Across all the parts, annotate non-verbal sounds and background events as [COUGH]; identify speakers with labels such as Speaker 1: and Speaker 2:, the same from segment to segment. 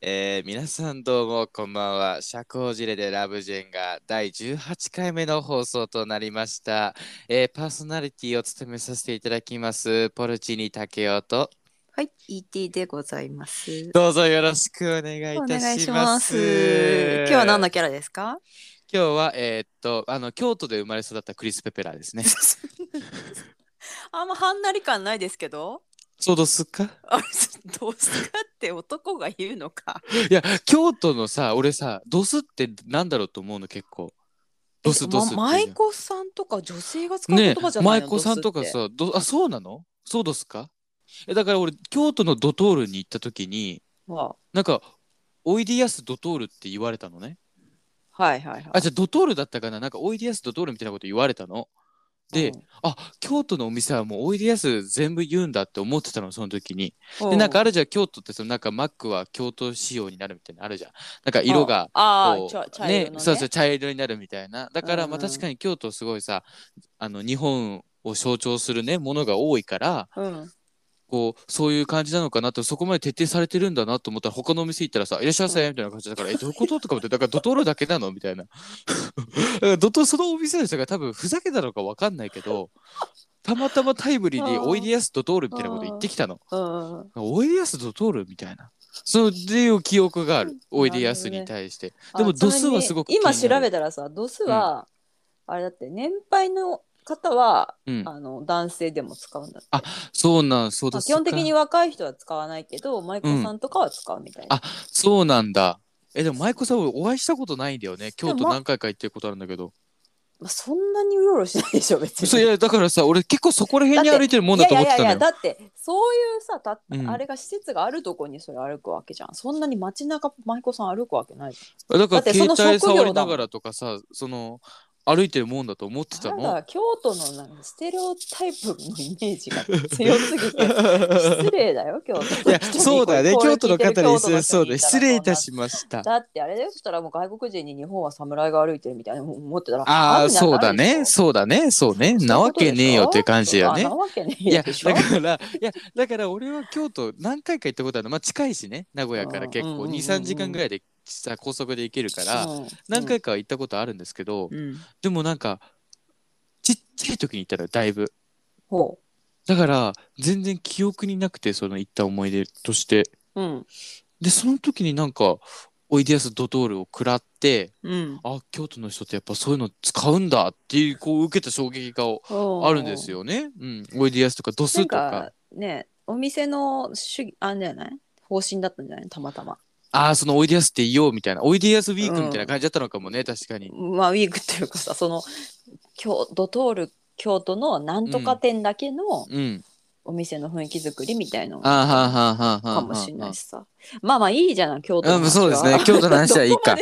Speaker 1: えー、皆さんどうもこんばんは社交辞令でラブジェンが第18回目の放送となりました、えー、パーソナリティを務めさせていただきますポルチーニ竹雄と
Speaker 2: はい、ET でございます。
Speaker 1: どうぞよろしくお願いいたします
Speaker 2: 今日は何のキャラですか？
Speaker 1: 今日はえーっとあの京都で生まれ育ったクリス・ペペラーですね
Speaker 2: あんまはんなり感ないですけど、
Speaker 1: そうですか
Speaker 2: あどうすかって男が言うのか。
Speaker 1: いや京都のさ俺さドスってなんだろうと思うの結構ドスドスっていうじゃん
Speaker 2: ま舞妓さんとか女性が使う
Speaker 1: ね
Speaker 2: 言
Speaker 1: え
Speaker 2: 葉じゃない
Speaker 1: 舞
Speaker 2: の？
Speaker 1: 妓さんとか
Speaker 2: ドスって。
Speaker 1: さどあそうなのそうですかえだから俺京都のドトールに行った時に
Speaker 2: わ
Speaker 1: なんか「おいでやすドトール」って言われたのね
Speaker 2: あはいはいはい。
Speaker 1: あじゃあドトールだったかななんか「おいでやすドトール」みたいなこと言われたので、
Speaker 2: うん
Speaker 1: あ京都のお店はもう「おいでやす」全部言うんだって思ってたのその時に
Speaker 2: う
Speaker 1: でなんかあるじゃん京都ってそのなんかマックは京都仕様になるみたいなのあるじゃんなんか色が
Speaker 2: あ
Speaker 1: こ
Speaker 2: あ
Speaker 1: う
Speaker 2: ちょ茶
Speaker 1: ね
Speaker 2: 色のね。
Speaker 1: そうそう茶色になるみたいなだから、まあ
Speaker 2: うんうん
Speaker 1: 確かに京都すごいさあの日本を象徴するねものが多いから
Speaker 2: うん。
Speaker 1: こうそういう感じなのかなとそこまで徹底されてるんだなと思ったら他のお店行ったらさ「いらっしゃいませ」みたいな感じだから「えどういうこと?」とか思ってだからドトールだけなのみたいな [LAUGHS] だからドトそのお店の人が多分ふざけたのか分かんないけどたまたまタイムリーに「
Speaker 2: あー
Speaker 1: おいでやすドトール」みたいなこと言ってきたの
Speaker 2: うんうん
Speaker 1: 「おいでやすドトール」みたいなそういう記憶がある「おいでやす」に対して。でも
Speaker 2: あちなみに
Speaker 1: 度数はすごく気にな
Speaker 2: 今
Speaker 1: る
Speaker 2: 調べたらさ、度数は、あれだって年配の方は
Speaker 1: うん
Speaker 2: あの男性でも使うんだって。
Speaker 1: あそうなんそう
Speaker 2: ま
Speaker 1: で
Speaker 2: あ、
Speaker 1: す
Speaker 2: 基本的に若い人は使わないけど、舞妓さんとかは使うみたいな。
Speaker 1: あそうなんだえでも舞妓さん俺お会いしたことないんだよね京
Speaker 2: で
Speaker 1: 都
Speaker 2: も
Speaker 1: 何回か行ってることあるんだけど
Speaker 2: まあ、そんなにうろうろしないでしょ、別に。
Speaker 1: [LAUGHS] そういやだからさ俺結構そこら辺に歩いてるもんだと思ってた
Speaker 2: い
Speaker 1: の
Speaker 2: やいや
Speaker 1: よ
Speaker 2: いやだってそういうさた、
Speaker 1: うん
Speaker 2: あれが施設があるとこにそれ歩くわけじゃんそんなに街中舞妓さん歩くわけないじ
Speaker 1: だか
Speaker 2: だっ
Speaker 1: ら
Speaker 2: てそ
Speaker 1: 携
Speaker 2: の
Speaker 1: 帯
Speaker 2: 職業だ
Speaker 1: 触り
Speaker 2: もん
Speaker 1: ながらとかさその歩いてるもんだと思って
Speaker 2: ゃ
Speaker 1: た
Speaker 2: ん
Speaker 1: の
Speaker 2: だ京都のなんかステレオタイプのイメージが強すぎ
Speaker 1: [LAUGHS]
Speaker 2: て失礼だよ京都の
Speaker 1: [LAUGHS]
Speaker 2: 人
Speaker 1: い
Speaker 2: に [LAUGHS]
Speaker 1: やそうだよね
Speaker 2: これ
Speaker 1: 京都の方に
Speaker 2: 京都の人
Speaker 1: そう
Speaker 2: に
Speaker 1: だ
Speaker 2: いたら
Speaker 1: 失礼いたしました
Speaker 2: だってあれだよそしたらもう外国人に日本は侍が歩いてるみたいな思ってたら
Speaker 1: ああ
Speaker 2: んな
Speaker 1: そ
Speaker 2: ん
Speaker 1: う
Speaker 2: か
Speaker 1: だ
Speaker 2: るでしょ
Speaker 1: ねそうだねそうねなわけねえよって感じだよね
Speaker 2: なわけねえ
Speaker 1: いや
Speaker 2: よ
Speaker 1: だ
Speaker 2: でしょ。
Speaker 1: からいやだから俺は京都何回か行ったことあるのまあ近いしね名古屋から結
Speaker 2: うんうん
Speaker 1: 構
Speaker 2: うんうん
Speaker 1: 23時間ぐらいでさ高速で行けるから、
Speaker 2: うん
Speaker 1: 何回かは行ったことあるんですけど、
Speaker 2: うん
Speaker 1: でもなんかちっちゃい時に行ったのよだいぶ
Speaker 2: ほ
Speaker 1: だから全然記憶になくてその行った思い出として
Speaker 2: う。うん。
Speaker 1: でその時になんかおいでやすドトールを食らって
Speaker 2: うん。
Speaker 1: あ京都の人ってやっぱそういうの使うんだっていうこう受けた衝撃があるんです。よね、うん、おいでやすとかドス
Speaker 2: な
Speaker 1: と
Speaker 2: ん
Speaker 1: か
Speaker 2: かね、お店の主義あんじゃない方針だったんじゃないたまたま。
Speaker 1: ああそのおいでやすって言おうみたいなおいでやすウィークみたいな感じだったのかもね、確かに
Speaker 2: まあウィークというかさ、その京ドトール京都のなんとか店だけの
Speaker 1: うん
Speaker 2: お店の雰囲気作りみたいの
Speaker 1: あーはー
Speaker 2: か
Speaker 1: はーはーはーはー
Speaker 2: もしれないしさ。まあまあいいじゃない京都
Speaker 1: うんそうですね京都の話はいい [LAUGHS] か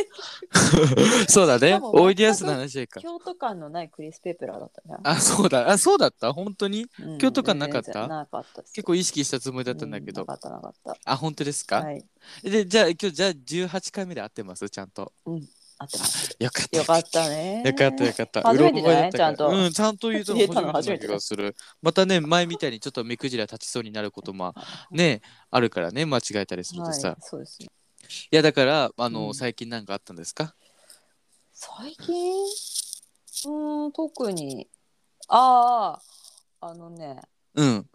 Speaker 1: そうだね
Speaker 2: しかも
Speaker 1: おいでやすの話か
Speaker 2: 京都感のないクリス・ペプラーだったね。
Speaker 1: あそうだあそうだった本当に
Speaker 2: うん
Speaker 1: 京都感なかった
Speaker 2: 全然なかったです
Speaker 1: 結構意識したつもりだったんだけど、
Speaker 2: うなかったなかった。
Speaker 1: あ本当ですか、
Speaker 2: はい。
Speaker 1: でじゃあ今日じゃあ18回目で合ってますちゃんと
Speaker 2: 合ってます。
Speaker 1: よかった
Speaker 2: よかったね。
Speaker 1: よかったよかった
Speaker 2: 初めてじ
Speaker 1: うろ覚
Speaker 2: ゃな
Speaker 1: えだ
Speaker 2: い
Speaker 1: ったから
Speaker 2: ちゃんと
Speaker 1: うんちゃんと言うと
Speaker 2: 言えたの
Speaker 1: 初めてな気がするまたね前みたいにちょっと目くじら立ちそうになることもねあるからね間違えたりするとさ、
Speaker 2: はい
Speaker 1: い、、
Speaker 2: そうですね。
Speaker 1: やだからあの、
Speaker 2: うん
Speaker 1: 最近なんかあったんですか
Speaker 2: 最近うーん、特に、ああ、あのね、
Speaker 1: うん
Speaker 2: もう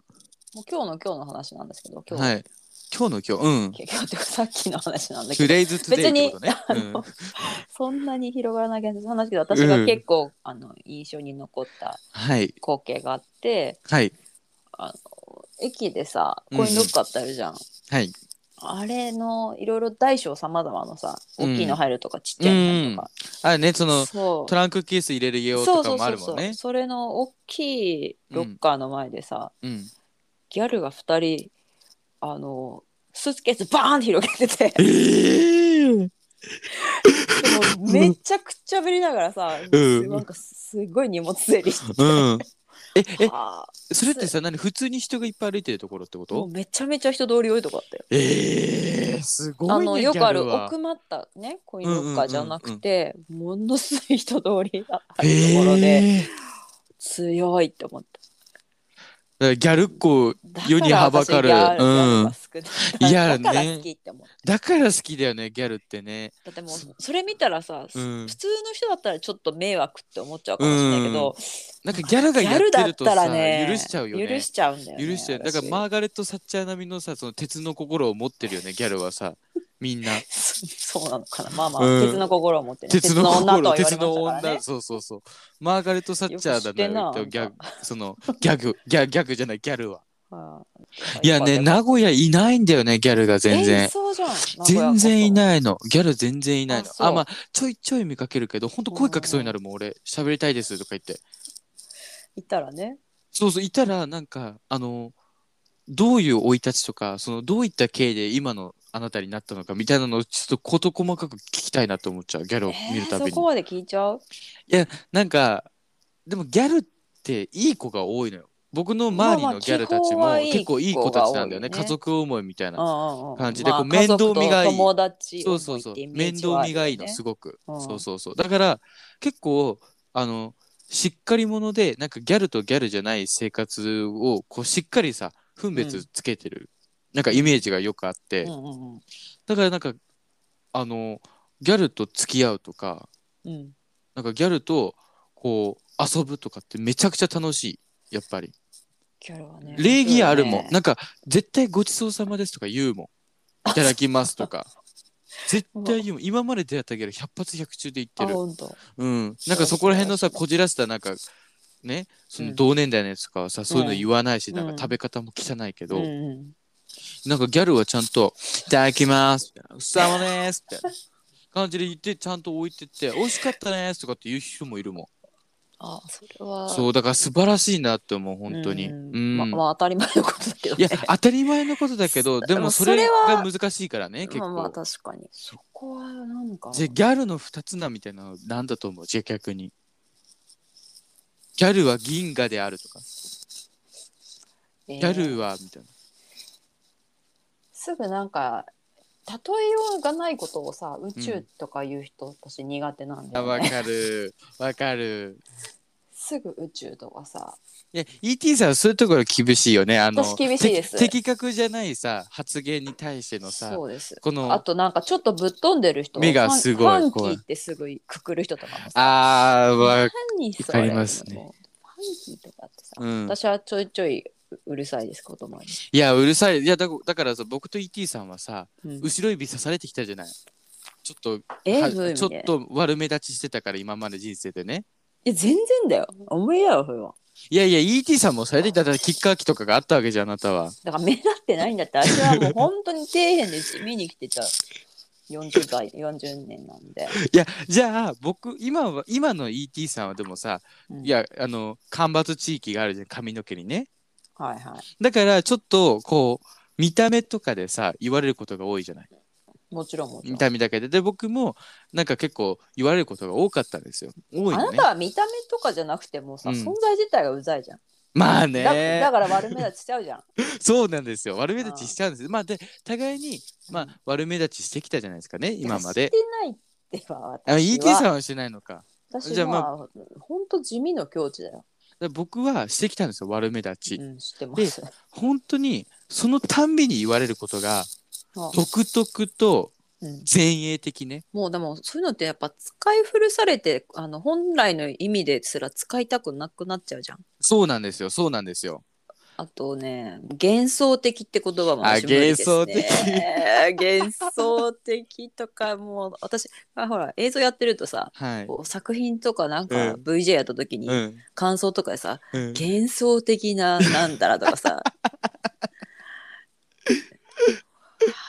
Speaker 2: 今日の今日の話なんですけど、今日、
Speaker 1: はい今日の今日うん
Speaker 2: 今日っていうかさっきの話なんだ
Speaker 1: ト
Speaker 2: け
Speaker 1: ゥ
Speaker 2: ど、
Speaker 1: デイズトゥデイってことね
Speaker 2: あの
Speaker 1: うん
Speaker 2: そんなに広がらない話なんだけど、私が結構、あの印象に残った
Speaker 1: はい
Speaker 2: 光景があって、
Speaker 1: はい
Speaker 2: あの駅でさ、
Speaker 1: うん
Speaker 2: コインロッカーってあるじゃん。
Speaker 1: はい
Speaker 2: あれのいろいろ大小さまざまのさ、大きいの入るとかちっちゃいの入るとか。
Speaker 1: あねその
Speaker 2: そう
Speaker 1: トランクケース入れる用と
Speaker 2: そう
Speaker 1: か
Speaker 2: そう
Speaker 1: もあ
Speaker 2: そう
Speaker 1: るも
Speaker 2: そ
Speaker 1: ん
Speaker 2: う、
Speaker 1: ね
Speaker 2: それの大きいロッカーの前でさ、
Speaker 1: うん
Speaker 2: ギャルが2人あのスーツケースバーンって広げ
Speaker 1: [LAUGHS]
Speaker 2: てて
Speaker 1: ええ
Speaker 2: でもめちゃくちゃべりながらさ、
Speaker 1: うん
Speaker 2: なんかすごい荷物整理してて、
Speaker 1: うんええ
Speaker 2: はあ
Speaker 1: それってさ何普通に人がいっぱい歩いてるところってこ
Speaker 2: もう
Speaker 1: と
Speaker 2: めちゃめちゃ人通り多いとこだったよ。
Speaker 1: ええすごいね
Speaker 2: あのよくあ
Speaker 1: ギ
Speaker 2: る
Speaker 1: ャルは
Speaker 2: 奥まったねコインロッカーじゃなくて、ものすごい人通りがあるところで、
Speaker 1: ええ
Speaker 2: 強いって思った。
Speaker 1: からギャルっ子、世にはばかる
Speaker 2: だら私ギャル
Speaker 1: う
Speaker 2: が
Speaker 1: ん
Speaker 2: 少ない
Speaker 1: いやね
Speaker 2: だから好きって思う
Speaker 1: だから好きだよね、ギャルってね。
Speaker 2: だってもうそれ見たらさ、
Speaker 1: うん
Speaker 2: 普通の人だったらちょっと迷惑って思っちゃうかもしれないけど、
Speaker 1: なんかギャルが
Speaker 2: ギ
Speaker 1: や
Speaker 2: ャ
Speaker 1: っ
Speaker 2: ルだ
Speaker 1: て
Speaker 2: っ
Speaker 1: ると
Speaker 2: たら
Speaker 1: さ、
Speaker 2: ね
Speaker 1: 許しちゃうよね。
Speaker 2: 許しちゃうんだよね
Speaker 1: 許しちゃう。だから
Speaker 2: 私
Speaker 1: マーガレット・サッチャー並みのさ、その鉄の心を持ってるよ
Speaker 2: [LAUGHS]
Speaker 1: ね、ギャルはさ。みんな。
Speaker 2: そそうなのかなまあまあ、
Speaker 1: うん
Speaker 2: 鉄の心を持ってね
Speaker 1: 鉄の
Speaker 2: 女と
Speaker 1: 心、
Speaker 2: は言わ
Speaker 1: 鉄
Speaker 2: れま
Speaker 1: の
Speaker 2: したから
Speaker 1: 女、
Speaker 2: ね
Speaker 1: そうそうそう。マーガレット・サッチャーだ
Speaker 2: よ
Speaker 1: な、
Speaker 2: く知ってんな
Speaker 1: ギャグ、その、ギャグ、ギャギャグじゃない、ギャル
Speaker 2: [LAUGHS]
Speaker 1: は。
Speaker 2: は
Speaker 1: い
Speaker 2: い
Speaker 1: やね、名古屋いないんだよね、ギャルが全
Speaker 2: え
Speaker 1: 然
Speaker 2: ー。そうじゃん
Speaker 1: 全然い
Speaker 2: い
Speaker 1: ないの。ギャル全然いないの
Speaker 2: あ。そう
Speaker 1: あ、まあ、ちょいちょい見かけるけど、ほんと声かけそうになるもん、俺。喋りたいですとか言って。
Speaker 2: 行ったらね
Speaker 1: そうそう、いたら、なんか、あの、どういう生い立ちとか、その、どういった経緯で今のあなたになったのかみたいなのを、ちょっと事細かく聞きたいなと思っちゃう、ギャルを見るたび
Speaker 2: えー
Speaker 1: に。
Speaker 2: そこまで聞いちゃう
Speaker 1: なんか、でもギャルっていい子が多いのよ。僕の周りのギャルたち
Speaker 2: まあま
Speaker 1: も
Speaker 2: あ
Speaker 1: 結
Speaker 2: 基
Speaker 1: 構
Speaker 2: 本はい
Speaker 1: い
Speaker 2: い
Speaker 1: 子
Speaker 2: 子
Speaker 1: た
Speaker 2: が
Speaker 1: ち
Speaker 2: 多い
Speaker 1: な
Speaker 2: よ
Speaker 1: んだ
Speaker 2: ね
Speaker 1: よね。家族思いみたいな。
Speaker 2: うんうんうん
Speaker 1: 感じで
Speaker 2: まあ
Speaker 1: こう面倒見がいい
Speaker 2: 家族と友達
Speaker 1: そうそうそう。面倒見がいいの、すごく。
Speaker 2: うん
Speaker 1: そうそうそう。だから、結構、あの、しっかり者で、なんかギャルとギャルじゃない生活を、こう、しっかりさ、分別つけてる、なんかイメージがよくあって、
Speaker 2: いうんうん
Speaker 1: だからなんか、あの、ギャルと付き合うとか、
Speaker 2: うんうん
Speaker 1: なんかギャルと、こう、遊ぶとかってめちゃくちゃ楽しい。やっぱり。
Speaker 2: ギャルはね
Speaker 1: 礼儀あるもん。
Speaker 2: 面
Speaker 1: なんか、絶対ごちそうさまですとか言うも
Speaker 2: [LAUGHS]
Speaker 1: ん。いただきますとか。 [LAUGHS] 絶対言うもん。今まで出会ったギャル100発100中で言って
Speaker 2: 白い
Speaker 1: る
Speaker 2: よねあ。ほんと
Speaker 1: うん、なんかそこら辺のさこじらせたなんかねその同年代のやつとかはさ、そういうの言わないし、
Speaker 2: うん
Speaker 1: なんか食べ方も汚いけど、
Speaker 2: うんうん
Speaker 1: なんかギャルはちゃんと「いただきます」みたいな「うさまです」みたいな感じで言ってちゃんと置いてって「美味しかったです」とかって言う人もいるも
Speaker 2: あそれは
Speaker 1: んそうだから素晴らしいなって思う本当に、う
Speaker 2: うんんままあ当たり前のことだけど
Speaker 1: い
Speaker 2: ね
Speaker 1: や当たり前のことだけどでもそ
Speaker 2: そ
Speaker 1: れ
Speaker 2: れは
Speaker 1: が難しいからね結
Speaker 2: [LAUGHS] まあ
Speaker 1: 構、
Speaker 2: まあ確かにそこはなんか
Speaker 1: じゃあギャルの二つなみたいなのなんだと思うじゃあ逆にギャルは銀河であるとか
Speaker 2: え
Speaker 1: ギ
Speaker 2: ー
Speaker 1: ャルはみたいな
Speaker 2: すぐなんか例えようがないことをさ宇宙とか言う人、私苦手なんだ
Speaker 1: あ
Speaker 2: よ
Speaker 1: わ
Speaker 2: ね
Speaker 1: かる [LAUGHS] わかる
Speaker 2: すぐ宇宙とかさ
Speaker 1: いや ET さんはそういうところ厳しいよねあの
Speaker 2: 私厳しいです
Speaker 1: て的確じゃないさ発言に対してのさ
Speaker 2: そうです
Speaker 1: こ
Speaker 2: あ
Speaker 1: の
Speaker 2: となんかちょっとぶっ飛んでる人
Speaker 1: 目がすごい
Speaker 2: ファンファ
Speaker 1: 怖
Speaker 2: ン
Speaker 1: い
Speaker 2: キーってすぐくくる人とかもさ
Speaker 1: あーわ
Speaker 2: 何そ
Speaker 1: わ
Speaker 2: れ
Speaker 1: かりますね
Speaker 2: もうファンキーとかってさ、
Speaker 1: うん
Speaker 2: 私はちょいちょいうるさいです言葉に、
Speaker 1: いやうるさいいやだだからさ僕と ET さんはさ
Speaker 2: うん、
Speaker 1: 後ろ指刺されてきたじゃないちょっと
Speaker 2: え
Speaker 1: は
Speaker 2: どういう意
Speaker 1: ちょ
Speaker 2: 味
Speaker 1: っ
Speaker 2: で
Speaker 1: と悪目立ちしてたから今まで人生でね
Speaker 2: いや全然だよおめえだよそれはい
Speaker 1: やいや ET さんもされてきただからキッカー機とかがあったわけじゃんあなたは
Speaker 2: だから目立ってないんだって私はもう本当に底辺で地味に来てた40代40年なんで、
Speaker 1: いやじゃあ僕今は今の ET さんはでもさ
Speaker 2: うん
Speaker 1: いやあの干ばつ地域があるじゃん髪の毛にね
Speaker 2: はいはい
Speaker 1: だからちょっとこう見た目とかでさ言われることが多いじゃない
Speaker 2: もちろんもちろ
Speaker 1: 見
Speaker 2: ん
Speaker 1: た目だけでで僕もなんか結構言われることが多かったんですよ多い
Speaker 2: あ
Speaker 1: の
Speaker 2: な
Speaker 1: ね
Speaker 2: たは見た目とかじゃなくてもさ、
Speaker 1: うん
Speaker 2: 存在自体がうざいじゃん、
Speaker 1: まあ
Speaker 2: だだ
Speaker 1: ね
Speaker 2: から悪目立ちしちゃうじゃん
Speaker 1: そうなんですよ悪目立ちしちゃうんですまあで互いに、まあ、悪目立ちしてきたじゃないですかね [LAUGHS] 今まで
Speaker 2: してないってば私
Speaker 1: あ
Speaker 2: は
Speaker 1: ET さんはしてないのか
Speaker 2: 私
Speaker 1: じゃあ
Speaker 2: は
Speaker 1: まあ
Speaker 2: まあ本当地味の境地だよ、
Speaker 1: で僕はしてきたんですよ悪目立ち、
Speaker 2: うん、知ってます
Speaker 1: 本当にそのたんびに言われることが
Speaker 2: あ
Speaker 1: 独特と
Speaker 2: うん
Speaker 1: 前衛的ね
Speaker 2: もうでもそういうのってやっぱ使い古されてあの本来の意味ですら使いたくなくなっちゃうじゃん
Speaker 1: そうなんですよそうなんですよ
Speaker 2: あとね幻想的って言葉も私
Speaker 1: あ
Speaker 2: 無理です、ね、
Speaker 1: 幻
Speaker 2: 幻想的とかもう私 [LAUGHS] あほら映像やってるとさ
Speaker 1: はい
Speaker 2: こう作品とかなんか
Speaker 1: う
Speaker 2: VJ やった時に
Speaker 1: うん
Speaker 2: 感想とかでさ、
Speaker 1: うん
Speaker 2: 幻想的ななんだらとかさは
Speaker 1: [LAUGHS]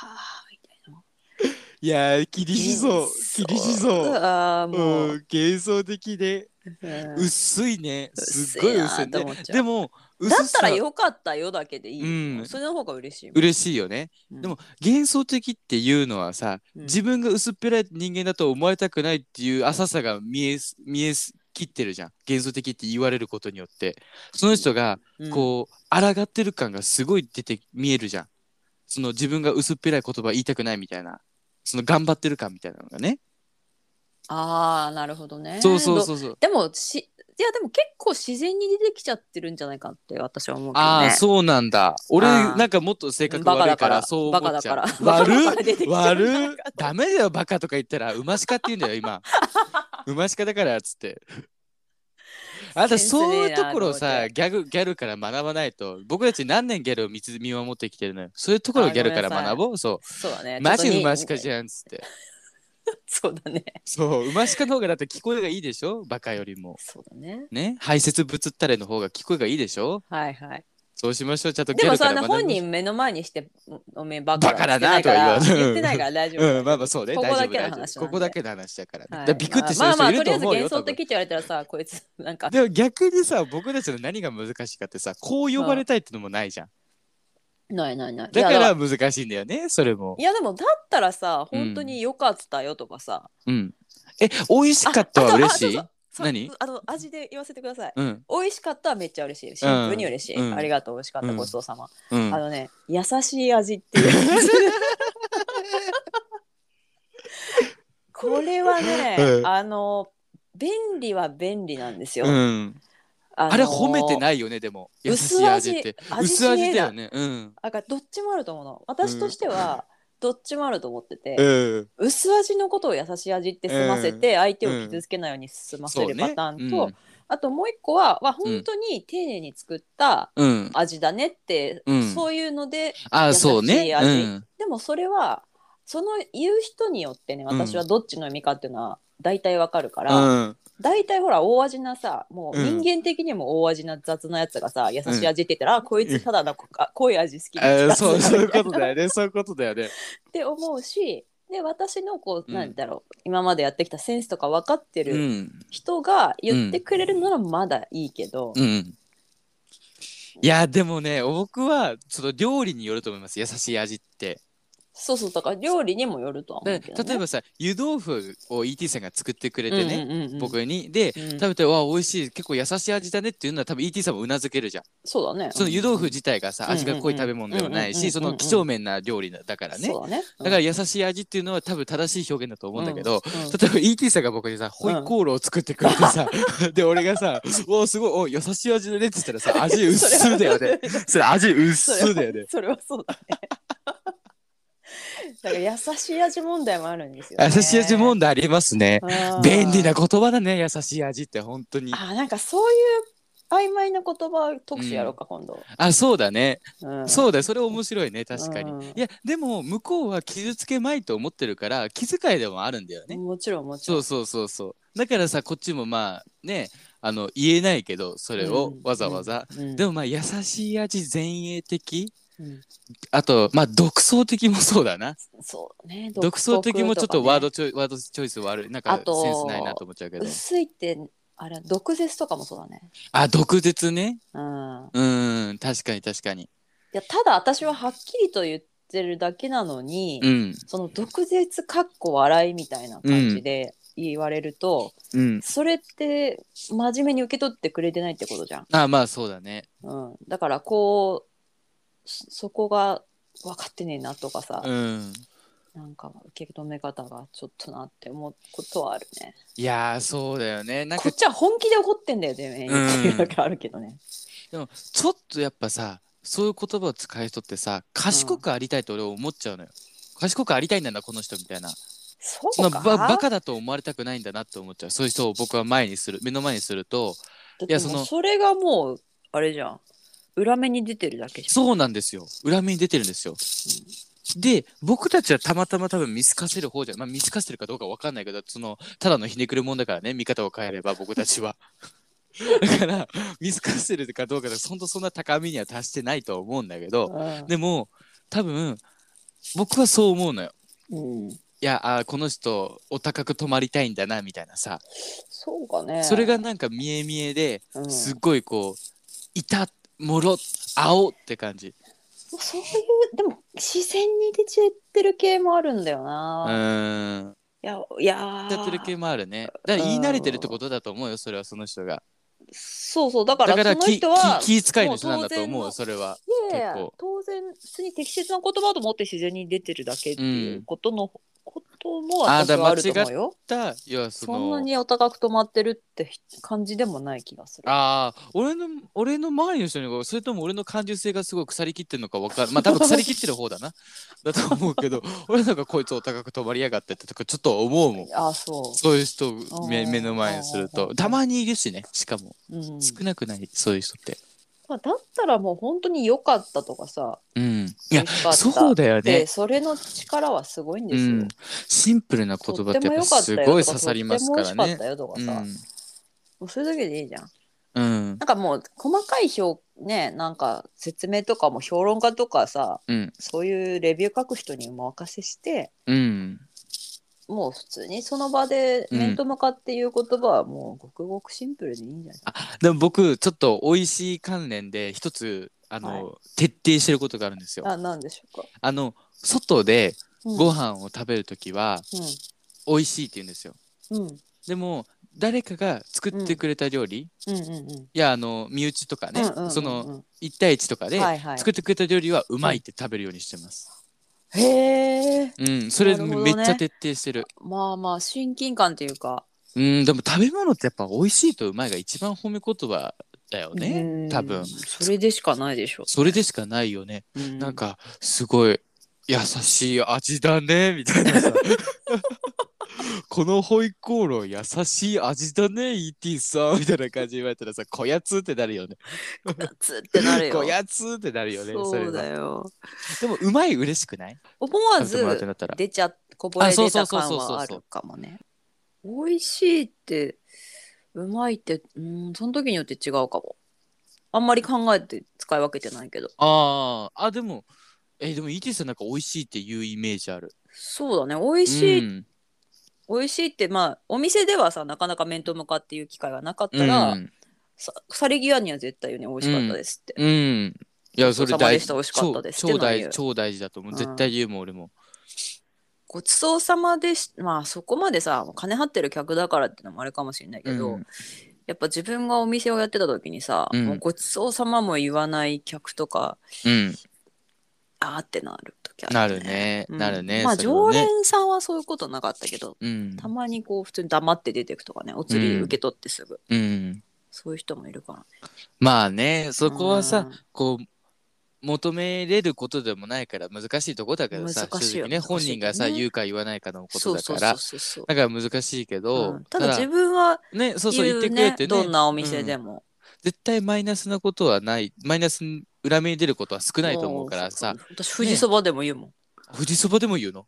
Speaker 2: あみたい
Speaker 1: いやー厳しそう厳しそう
Speaker 2: ああもう、
Speaker 1: うん幻想的で
Speaker 2: うん
Speaker 1: 薄いねすっごい薄い
Speaker 2: 薄いなーって
Speaker 1: ね
Speaker 2: 思っちゃう
Speaker 1: でも
Speaker 2: だったら
Speaker 1: 薄さ
Speaker 2: よかったよだけでいいよ、
Speaker 1: うん
Speaker 2: それの方が嬉しいもん
Speaker 1: 嬉しいよね
Speaker 2: うん
Speaker 1: でも幻想的っていうのはさ
Speaker 2: うん
Speaker 1: 自分が薄っぺらい人間だと思われたくないっていう浅さが見えす見えす切ってるじゃん幻想的って言われることによってその人が
Speaker 2: うん
Speaker 1: こう、抗ってる感がすごい出て見えるじゃん。その自分が薄っぺらい言葉言いたくないみたいな、その頑張ってる感みたいなのがね。
Speaker 2: ああなるほどね
Speaker 1: そうそう
Speaker 2: ど
Speaker 1: そうそう。
Speaker 2: でもしいやでも結構自然に出てきちゃってるんじゃないかって私は思うけどね
Speaker 1: ああ、そうなんだ。俺、
Speaker 2: あー
Speaker 1: なんかもっと性格
Speaker 2: バカ
Speaker 1: 悪い
Speaker 2: だ
Speaker 1: か、
Speaker 2: からら
Speaker 1: そう思っちゃう
Speaker 2: バカだ。か
Speaker 1: 悪
Speaker 2: ら [LAUGHS] バカだから出てき
Speaker 1: い
Speaker 2: ちゃうんじゃないか
Speaker 1: 悪いダメだよ、バカとか言ったら、うましかって言うんだよ、今。うましかだから、つって。あなた、
Speaker 2: センスねえな
Speaker 1: そういうところを
Speaker 2: と思っ
Speaker 1: さ、
Speaker 2: て
Speaker 1: ギャグ、ギャルから学ばないと、僕たち何年ギャルを見つ見守ってきてるのよ。そういうところをギャルから
Speaker 2: あごめんなさ
Speaker 1: 学ぼう。そ
Speaker 2: いそうだね
Speaker 1: う。マジ
Speaker 2: ちょっと
Speaker 1: う
Speaker 2: に
Speaker 1: ましかじゃん、つっ
Speaker 2: [LAUGHS]
Speaker 1: て。
Speaker 2: そうだね
Speaker 1: そう、うましかの方がだって聞こえがいいでしょ、バカよりも。
Speaker 2: そうだね
Speaker 1: ね、排泄物ったれの方が聞こえがいいでしょ。
Speaker 2: はいはい
Speaker 1: そうしましょう、ちゃんとギャ
Speaker 2: でも
Speaker 1: ルか
Speaker 2: そ
Speaker 1: ら
Speaker 2: ん
Speaker 1: 学びましょ
Speaker 2: な
Speaker 1: う
Speaker 2: 本人目の前にしておめえバカ
Speaker 1: バカだ
Speaker 2: ってな
Speaker 1: なと
Speaker 2: いか
Speaker 1: は言わ
Speaker 2: ら
Speaker 1: ない
Speaker 2: 言ってないから大丈
Speaker 1: う
Speaker 2: 夫
Speaker 1: ん、まあまあそうね。
Speaker 2: ここだけ
Speaker 1: 大
Speaker 2: の
Speaker 1: 丈夫
Speaker 2: 話なんで
Speaker 1: ここだけの話だから。
Speaker 2: はい
Speaker 1: だからビクってしてる
Speaker 2: まあ
Speaker 1: 人い
Speaker 2: まあ
Speaker 1: ると思う
Speaker 2: とりあえ
Speaker 1: よ。
Speaker 2: ず幻想的
Speaker 1: 多
Speaker 2: って言われたらさこいつなんか
Speaker 1: 分でも逆にさ、僕たちの何が難しいかってさ、こう呼ばれたいってのもないじゃん。
Speaker 2: ないないないい
Speaker 1: だ
Speaker 2: や
Speaker 1: から難しいんだよね、それも
Speaker 2: い。やでもだったらさ
Speaker 1: うん
Speaker 2: 本当に良かったよとかさ、
Speaker 1: うん。え、美味しかったは嬉しい
Speaker 2: ああそう
Speaker 1: 何
Speaker 2: あの味で言わせてください
Speaker 1: うん。
Speaker 2: 美味しかったはめっちゃ嬉しいシンプルに嬉しい、
Speaker 1: うんうん
Speaker 2: ありがとう美味しかった、
Speaker 1: うん
Speaker 2: ごちそうさま、
Speaker 1: うん
Speaker 2: あ。のね優しい味っていう
Speaker 1: [LAUGHS]
Speaker 2: これはね、
Speaker 1: うん
Speaker 2: あの便利は便利なんですよ、
Speaker 1: うん、
Speaker 2: あの
Speaker 1: あれ褒めてないよねでも優しい味って
Speaker 2: 薄味
Speaker 1: 薄味
Speaker 2: 味しねえ
Speaker 1: だ
Speaker 2: な
Speaker 1: よねうん、
Speaker 2: だからどっちもあると思うの私としては、どっちもあると思ってて、
Speaker 1: うん、
Speaker 2: 薄味のことを優しい味って済ませて、相手を傷つけないように済ませ
Speaker 1: そう
Speaker 2: る
Speaker 1: ね
Speaker 2: パターンと、
Speaker 1: うん
Speaker 2: あともう一個は、まあ、本当に丁寧に作った
Speaker 1: うん、
Speaker 2: 味だねって、
Speaker 1: うん
Speaker 2: そういうので
Speaker 1: ああそう
Speaker 2: 優し
Speaker 1: ね
Speaker 2: い味でもそれはその言う人によってね
Speaker 1: ん
Speaker 2: 私はどっちの意味かっていうのは大体わかるか
Speaker 1: う
Speaker 2: ら、
Speaker 1: ん、うん、
Speaker 2: 大体ほら大味なさもう
Speaker 1: うん
Speaker 2: 人間的にも大味な雑なやつがさ優しい味って言ったら、あこいつただのこ [LAUGHS] あ濃い味好き
Speaker 1: あー
Speaker 2: な
Speaker 1: そうそういうこと
Speaker 2: だ
Speaker 1: だ
Speaker 2: [LAUGHS]
Speaker 1: よねそういうことだよね
Speaker 2: って思うしで私のこ
Speaker 1: う
Speaker 2: うんなんだろう、今までやってきたセンスとか分かって
Speaker 1: う
Speaker 2: る
Speaker 1: ん
Speaker 2: 人が言ってくれるならまだいいけど、
Speaker 1: うん。いやでもね僕はその料理によると思います優しい味って。
Speaker 2: そうそうだから料理にもよるとは思
Speaker 1: で
Speaker 2: うけど、ね、
Speaker 1: 例えばさ湯豆腐を ET さんが作ってくれてね、
Speaker 2: うんうんうんうん、
Speaker 1: 僕にで
Speaker 2: うん
Speaker 1: 食べて「わあ美味しい結構優しい味だね」っていうのは多分 ET さんもうなずけるじゃん。
Speaker 2: そうだね
Speaker 1: その湯豆腐自体がさ
Speaker 2: うん
Speaker 1: 味が濃い食べ物ではない
Speaker 2: うんう
Speaker 1: し
Speaker 2: ん
Speaker 1: その几帳面な料理だからね。
Speaker 2: そうだね
Speaker 1: だから優しい味っていうのは多分正しい表現だと思うんだけど、
Speaker 2: うんうん
Speaker 1: 例えば ET さんが僕にさ、ホイコーローを作ってくれてさ、 [LAUGHS] で、俺がさ、おーすごい、おー優しい味だねって言ったら
Speaker 2: [LAUGHS]
Speaker 1: さ、味薄だよね。それ味薄だよね。
Speaker 2: それはそうだね [LAUGHS] だから優しい味問題もあるんですよ、ね、
Speaker 1: 優しい味問題ありますね。
Speaker 2: 題
Speaker 1: 便利な言葉だね、優しい味って本当に。
Speaker 2: あなんかそういう曖昧な言葉特集やろうか、今度、
Speaker 1: あ、そうだね。
Speaker 2: うん
Speaker 1: そうだよ、それ面白いね、確かに
Speaker 2: うん。
Speaker 1: いや、でも向こうは傷つけまいと思ってるから、気遣いでもあるんだよね。
Speaker 2: もちろんもちろ
Speaker 1: そ
Speaker 2: ん
Speaker 1: うそうそうそう。だからさ、こっちもまあね、あの言えないけど、それを
Speaker 2: うん
Speaker 1: わざわざ。
Speaker 2: うん
Speaker 1: でもまあ優しい味前衛的
Speaker 2: うん
Speaker 1: あと、まあ、独創的もそうだな。
Speaker 2: そうね
Speaker 1: 独創的もちょっとワード
Speaker 2: 独
Speaker 1: チョ
Speaker 2: 特
Speaker 1: イ,、ワードチョイス悪い。なんか
Speaker 2: あと
Speaker 1: センスないなと思っちゃうけど
Speaker 2: とかね。薄いってあれ毒舌とかもそうだね
Speaker 1: あ、毒舌ね。
Speaker 2: うん
Speaker 1: うーん、確かに確かに。
Speaker 2: いやただ私ははっきりと言ってるだけなのに、
Speaker 1: うん、
Speaker 2: その毒舌かっこ笑いみたいな感じで言われると、
Speaker 1: うん。
Speaker 2: それって真面目に受け取ってくれてないってことじゃん、
Speaker 1: あ、まあそうだね。
Speaker 2: うん、だからこうそそこが分かってねえなとかさ、
Speaker 1: うん。
Speaker 2: なんか受け止め方がちょっとなって思うことはあるね
Speaker 1: いやー、そうだよね。なん
Speaker 2: こ
Speaker 1: か
Speaker 2: っ、ちは本気で怒ってんだよね、
Speaker 1: うん
Speaker 2: っていうのがあるけどね
Speaker 1: でも、ちょっとやっぱさ、そういう言葉を使う人ってさ、賢くありたいと俺は思っちゃうのよ。賢くありたいんだな、この人みたいな。
Speaker 2: そ
Speaker 1: その
Speaker 2: うか
Speaker 1: ばバカだと思われたくないんだなって思っちゃう。そういう人を僕は前にする、目の前にすると、
Speaker 2: だっ
Speaker 1: い
Speaker 2: て
Speaker 1: やその
Speaker 2: もうそれがもうあれじゃん裏目に出てるだけじゃん
Speaker 1: そうなんですよ。裏目に出てるんですよ。で、僕たちはたまたま多分見透かせる方じゃ、まあ、見透かしてるかどうかわかんないけど、その、ただのひねくるもんだからね、見方を変えれば僕たちは。 [LAUGHS] だから、見透かしてるかどうかで、ほんとそんな高みには達してないとは思うんだけど、
Speaker 2: うん
Speaker 1: でも、多分、僕はそう思うのよ。
Speaker 2: うん、
Speaker 1: いや、あーこの人、お高く泊まりたいんだな、みたいなさ。
Speaker 2: そうかね
Speaker 1: それがなんか見え見えで
Speaker 2: うん
Speaker 1: すっごいこう、いた、もろ、青って感じ。
Speaker 2: そういうでも自然に出ちゃってる系もあるんだよ
Speaker 1: う
Speaker 2: な、
Speaker 1: ーん。
Speaker 2: いやいやー
Speaker 1: やってる系もあるね。だから言い慣れてるってことだと思うよ、それはその人が。
Speaker 2: そうそうだか
Speaker 1: だ
Speaker 2: ら
Speaker 1: から
Speaker 2: そ
Speaker 1: 気
Speaker 2: の
Speaker 1: 気
Speaker 2: 人は
Speaker 1: 気遣いの人なんだと
Speaker 2: もう当
Speaker 1: 思う、
Speaker 2: 然
Speaker 1: それは。
Speaker 2: いやいや
Speaker 1: 結構
Speaker 2: 当然普通に適切な言葉と思って自然に出てるだけっていうことの、こも私はあると思うよ。
Speaker 1: だ要はそ
Speaker 2: そ
Speaker 1: の
Speaker 2: んなにお高く止まってるって感じでもない気がする。
Speaker 1: ああ俺の俺の周りの人にもそれとも俺の感受性がすごい腐りきってるのか分かるまあ多分腐りきってる方だ
Speaker 2: [LAUGHS]
Speaker 1: なだと思うけど俺なんかこいつお高く止まりやがってってとかちょっと思うもん
Speaker 2: ああ、そ
Speaker 1: そういう人を目
Speaker 2: あー
Speaker 1: 目の前にする
Speaker 2: あーあーあ
Speaker 1: と
Speaker 2: ー
Speaker 1: たまにいるしねしかも
Speaker 2: う。うん
Speaker 1: 少なくない、そういう人って
Speaker 2: まあ、だったらもう本当に良かったとかさ。
Speaker 1: うんいや
Speaker 2: 嬉しかった
Speaker 1: そうだよ
Speaker 2: で、
Speaker 1: ね
Speaker 2: それの力はすごいん
Speaker 1: う
Speaker 2: ですよ。
Speaker 1: んシンプルな言葉
Speaker 2: と
Speaker 1: っ
Speaker 2: ってて
Speaker 1: やっぱ
Speaker 2: も良かった
Speaker 1: す
Speaker 2: よとか
Speaker 1: ごい刺さりますから
Speaker 2: とっても美味し
Speaker 1: ね
Speaker 2: かったよとかさ、もうそれだけでいいじゃん。
Speaker 1: うんうん
Speaker 2: なんかもう細かい表ねなんか説明とかも評論家とかさ
Speaker 1: うん
Speaker 2: そういうレビュー書く人にお任せして
Speaker 1: うん
Speaker 2: もう普通にその場で
Speaker 1: うん
Speaker 2: 面と向かって言う言葉はもうごくごくシンプルでいいんじゃない、
Speaker 1: でも僕ちょっと美味しい関連で一つあの、徹底してることがあるんですよ。
Speaker 2: あなんでしょうか、
Speaker 1: あの外で
Speaker 2: うん、
Speaker 1: ご飯を食べるときは美味しいって言うんですよ。
Speaker 2: うんうん
Speaker 1: でも誰かが作ってくれた料理、い
Speaker 2: うんうんうん
Speaker 1: やあの身内とかね、
Speaker 2: うんうんうんうん
Speaker 1: その1対1とかで
Speaker 2: はいはい
Speaker 1: 作ってくれた料理はうまいって食べるようにしてます。
Speaker 2: へえ
Speaker 1: うん、それ
Speaker 2: なるほど
Speaker 1: めっ
Speaker 2: ね
Speaker 1: ちゃ徹底してる。
Speaker 2: まあまあ親近感というか
Speaker 1: うん、でも食べ物ってやっぱ美味しいとうまいが一番褒め言葉だよ
Speaker 2: う
Speaker 1: ね
Speaker 2: ん。
Speaker 1: 多分
Speaker 2: それでしかないでしょ
Speaker 1: それでしかないよね。
Speaker 2: う、うん、
Speaker 1: なんかすごい優しい味だねみたいな
Speaker 2: [LAUGHS]
Speaker 1: さこのホイコーロー優しい味だね ET さんみたいな感じで言われたらさこやつってなるよね
Speaker 2: つってなるよ
Speaker 1: こやつってなるよねそ
Speaker 2: そう
Speaker 1: れ
Speaker 2: だ
Speaker 1: は
Speaker 2: よ
Speaker 1: でもうまい嬉しくない
Speaker 2: 思
Speaker 1: 食
Speaker 2: わ
Speaker 1: べて
Speaker 2: ず
Speaker 1: もらってなったら
Speaker 2: 出ちゃこぼれ
Speaker 1: あそう
Speaker 2: 出
Speaker 1: そう
Speaker 2: た
Speaker 1: そう
Speaker 2: 感
Speaker 1: そうそう
Speaker 2: はあるかもね美味しいってうまいってうんその時によって違うかもあんまり考えて使い分けてないけど
Speaker 1: あーあでもえでも ET さんなんか美味しいっていうイメージある
Speaker 2: そうだね美味しい、
Speaker 1: うん
Speaker 2: 美味しいってまあお店ではさなかなか面と向かっていう機会がなかったら、
Speaker 1: うん
Speaker 2: さされ際には絶対言うね美味しかったですって、
Speaker 1: うんいやそれ
Speaker 2: ごちそうさま
Speaker 1: 大
Speaker 2: でした美味
Speaker 1: 事
Speaker 2: しかった
Speaker 1: 超
Speaker 2: です
Speaker 1: 超
Speaker 2: ってのは
Speaker 1: 大事
Speaker 2: 言う
Speaker 1: 超大事だと思う
Speaker 2: うん
Speaker 1: 絶対言うもん俺も
Speaker 2: ごちそうさまでしまあそこまでさ金張ってる客だからってのもあれかもしれないけど、
Speaker 1: うん
Speaker 2: やっぱ自分がお店をやってた時にさ、
Speaker 1: うん
Speaker 2: もうごちそうさまも言わない客とか
Speaker 1: うん
Speaker 2: あーってなる時あ
Speaker 1: なるね
Speaker 2: うん
Speaker 1: なるね
Speaker 2: まあ
Speaker 1: それは
Speaker 2: 常
Speaker 1: ね
Speaker 2: 連さんはそういうことなかったけど
Speaker 1: うん
Speaker 2: たまにこう普通に黙って出てくとかねお釣り受け取ってすぐ、
Speaker 1: うん
Speaker 2: そういう人もいるからね
Speaker 1: まあねそこはさ、
Speaker 2: うん
Speaker 1: こう求めれることでもないから難しいとこだけどさ
Speaker 2: 難しいよ
Speaker 1: 正直ね
Speaker 2: 難しいけ
Speaker 1: 本
Speaker 2: どね
Speaker 1: 人がさ言うか言わないかのこと
Speaker 2: そう
Speaker 1: だ
Speaker 2: そ
Speaker 1: か
Speaker 2: う
Speaker 1: ら
Speaker 2: そうそうそう
Speaker 1: だから難しいけど、
Speaker 2: うんただ自分は
Speaker 1: ねそうそう
Speaker 2: 言
Speaker 1: 言っ
Speaker 2: う
Speaker 1: てくれ
Speaker 2: ね
Speaker 1: ってね
Speaker 2: どんなお店で
Speaker 1: うん
Speaker 2: も、
Speaker 1: 絶対マイナスなことはないマイナス裏目に出ることは少ないと思うからさ
Speaker 2: もう私富士そばでも言うもん、
Speaker 1: 富士そばでも言うの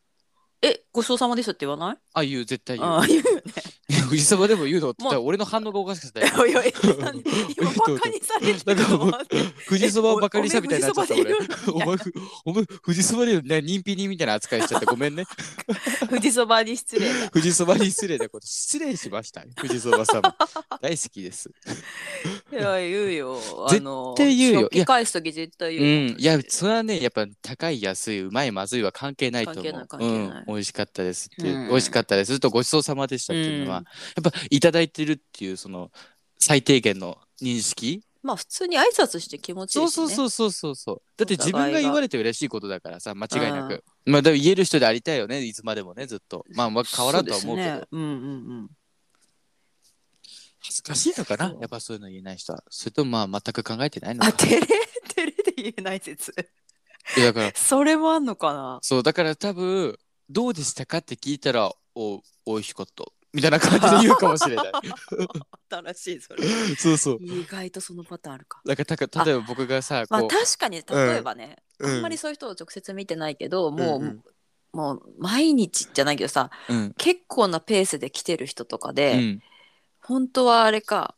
Speaker 2: えごちそうさまでしたって言わない
Speaker 1: あ言う絶対言う
Speaker 2: ああ言う [LAUGHS]
Speaker 1: 富士そばでも言うのって言ったら
Speaker 2: も
Speaker 1: 俺の反応がおかしくて
Speaker 2: いやいや [LAUGHS] なんで今バカにされてる
Speaker 1: な
Speaker 2: の [LAUGHS]
Speaker 1: んかも富士そばをバカにしたみたいになっちゃった俺
Speaker 2: お [LAUGHS] 前富士そばで言うの
Speaker 1: お前ふお前富士そばでね人品人みたいな扱いしちゃってごめんね [LAUGHS]
Speaker 2: 富士そばに失礼だ
Speaker 1: 富士そばに失礼なこと失礼しました富士そばさんも大好きです
Speaker 2: いや言うよ
Speaker 1: 絶
Speaker 2: あの
Speaker 1: 対言うよ
Speaker 2: 食器返す時絶対
Speaker 1: う
Speaker 2: 言うよ
Speaker 1: んいやそれはねやっぱ高い安いうまいまずいは関係ないと思う
Speaker 2: 関係ない関係ない
Speaker 1: うん、美味しかったですって、
Speaker 2: うん
Speaker 1: 美味しかったですとごちそうさまでしたっていうのは、
Speaker 2: うん
Speaker 1: やっぱいただいてるっていうその最低限の認識、
Speaker 2: まあ普通に挨拶して気持ちいいし、
Speaker 1: そう
Speaker 2: ね、
Speaker 1: そう
Speaker 2: う
Speaker 1: そうそうそうそうだって自分が言われて嬉しいことだからさ間違いな
Speaker 2: う
Speaker 1: く、まあでも言える人でありたいよねいつまでもねずっとまあまあ変わらんとは思うけど
Speaker 2: ですねうんうん
Speaker 1: 恥ずかしいのかな
Speaker 2: そう
Speaker 1: やっぱそういうの言えない人はそれともまあ全く考えてない
Speaker 2: うん
Speaker 1: の
Speaker 2: あ
Speaker 1: か
Speaker 2: 照れ [LAUGHS] 照れで言えない説
Speaker 1: いやだから
Speaker 2: それもあんのかな
Speaker 1: そうだから多分どうでしたかって聞いたらお美味しかったみたいな感じで言うかもしれない
Speaker 2: [LAUGHS] 新しいそれ
Speaker 1: そうそう
Speaker 2: 意外とそのパターンあるか
Speaker 1: だからたか例えば僕がさ
Speaker 2: まあ
Speaker 1: こ
Speaker 2: 確かに例えばね、
Speaker 1: う、
Speaker 2: あんまりそういう人を直接見てないけど、
Speaker 1: うん
Speaker 2: もう、
Speaker 1: うん
Speaker 2: もう毎日じゃないけどさ
Speaker 1: うんうん
Speaker 2: 結構なペースで来てる人とか
Speaker 1: う
Speaker 2: で、
Speaker 1: ん
Speaker 2: 本当はあれか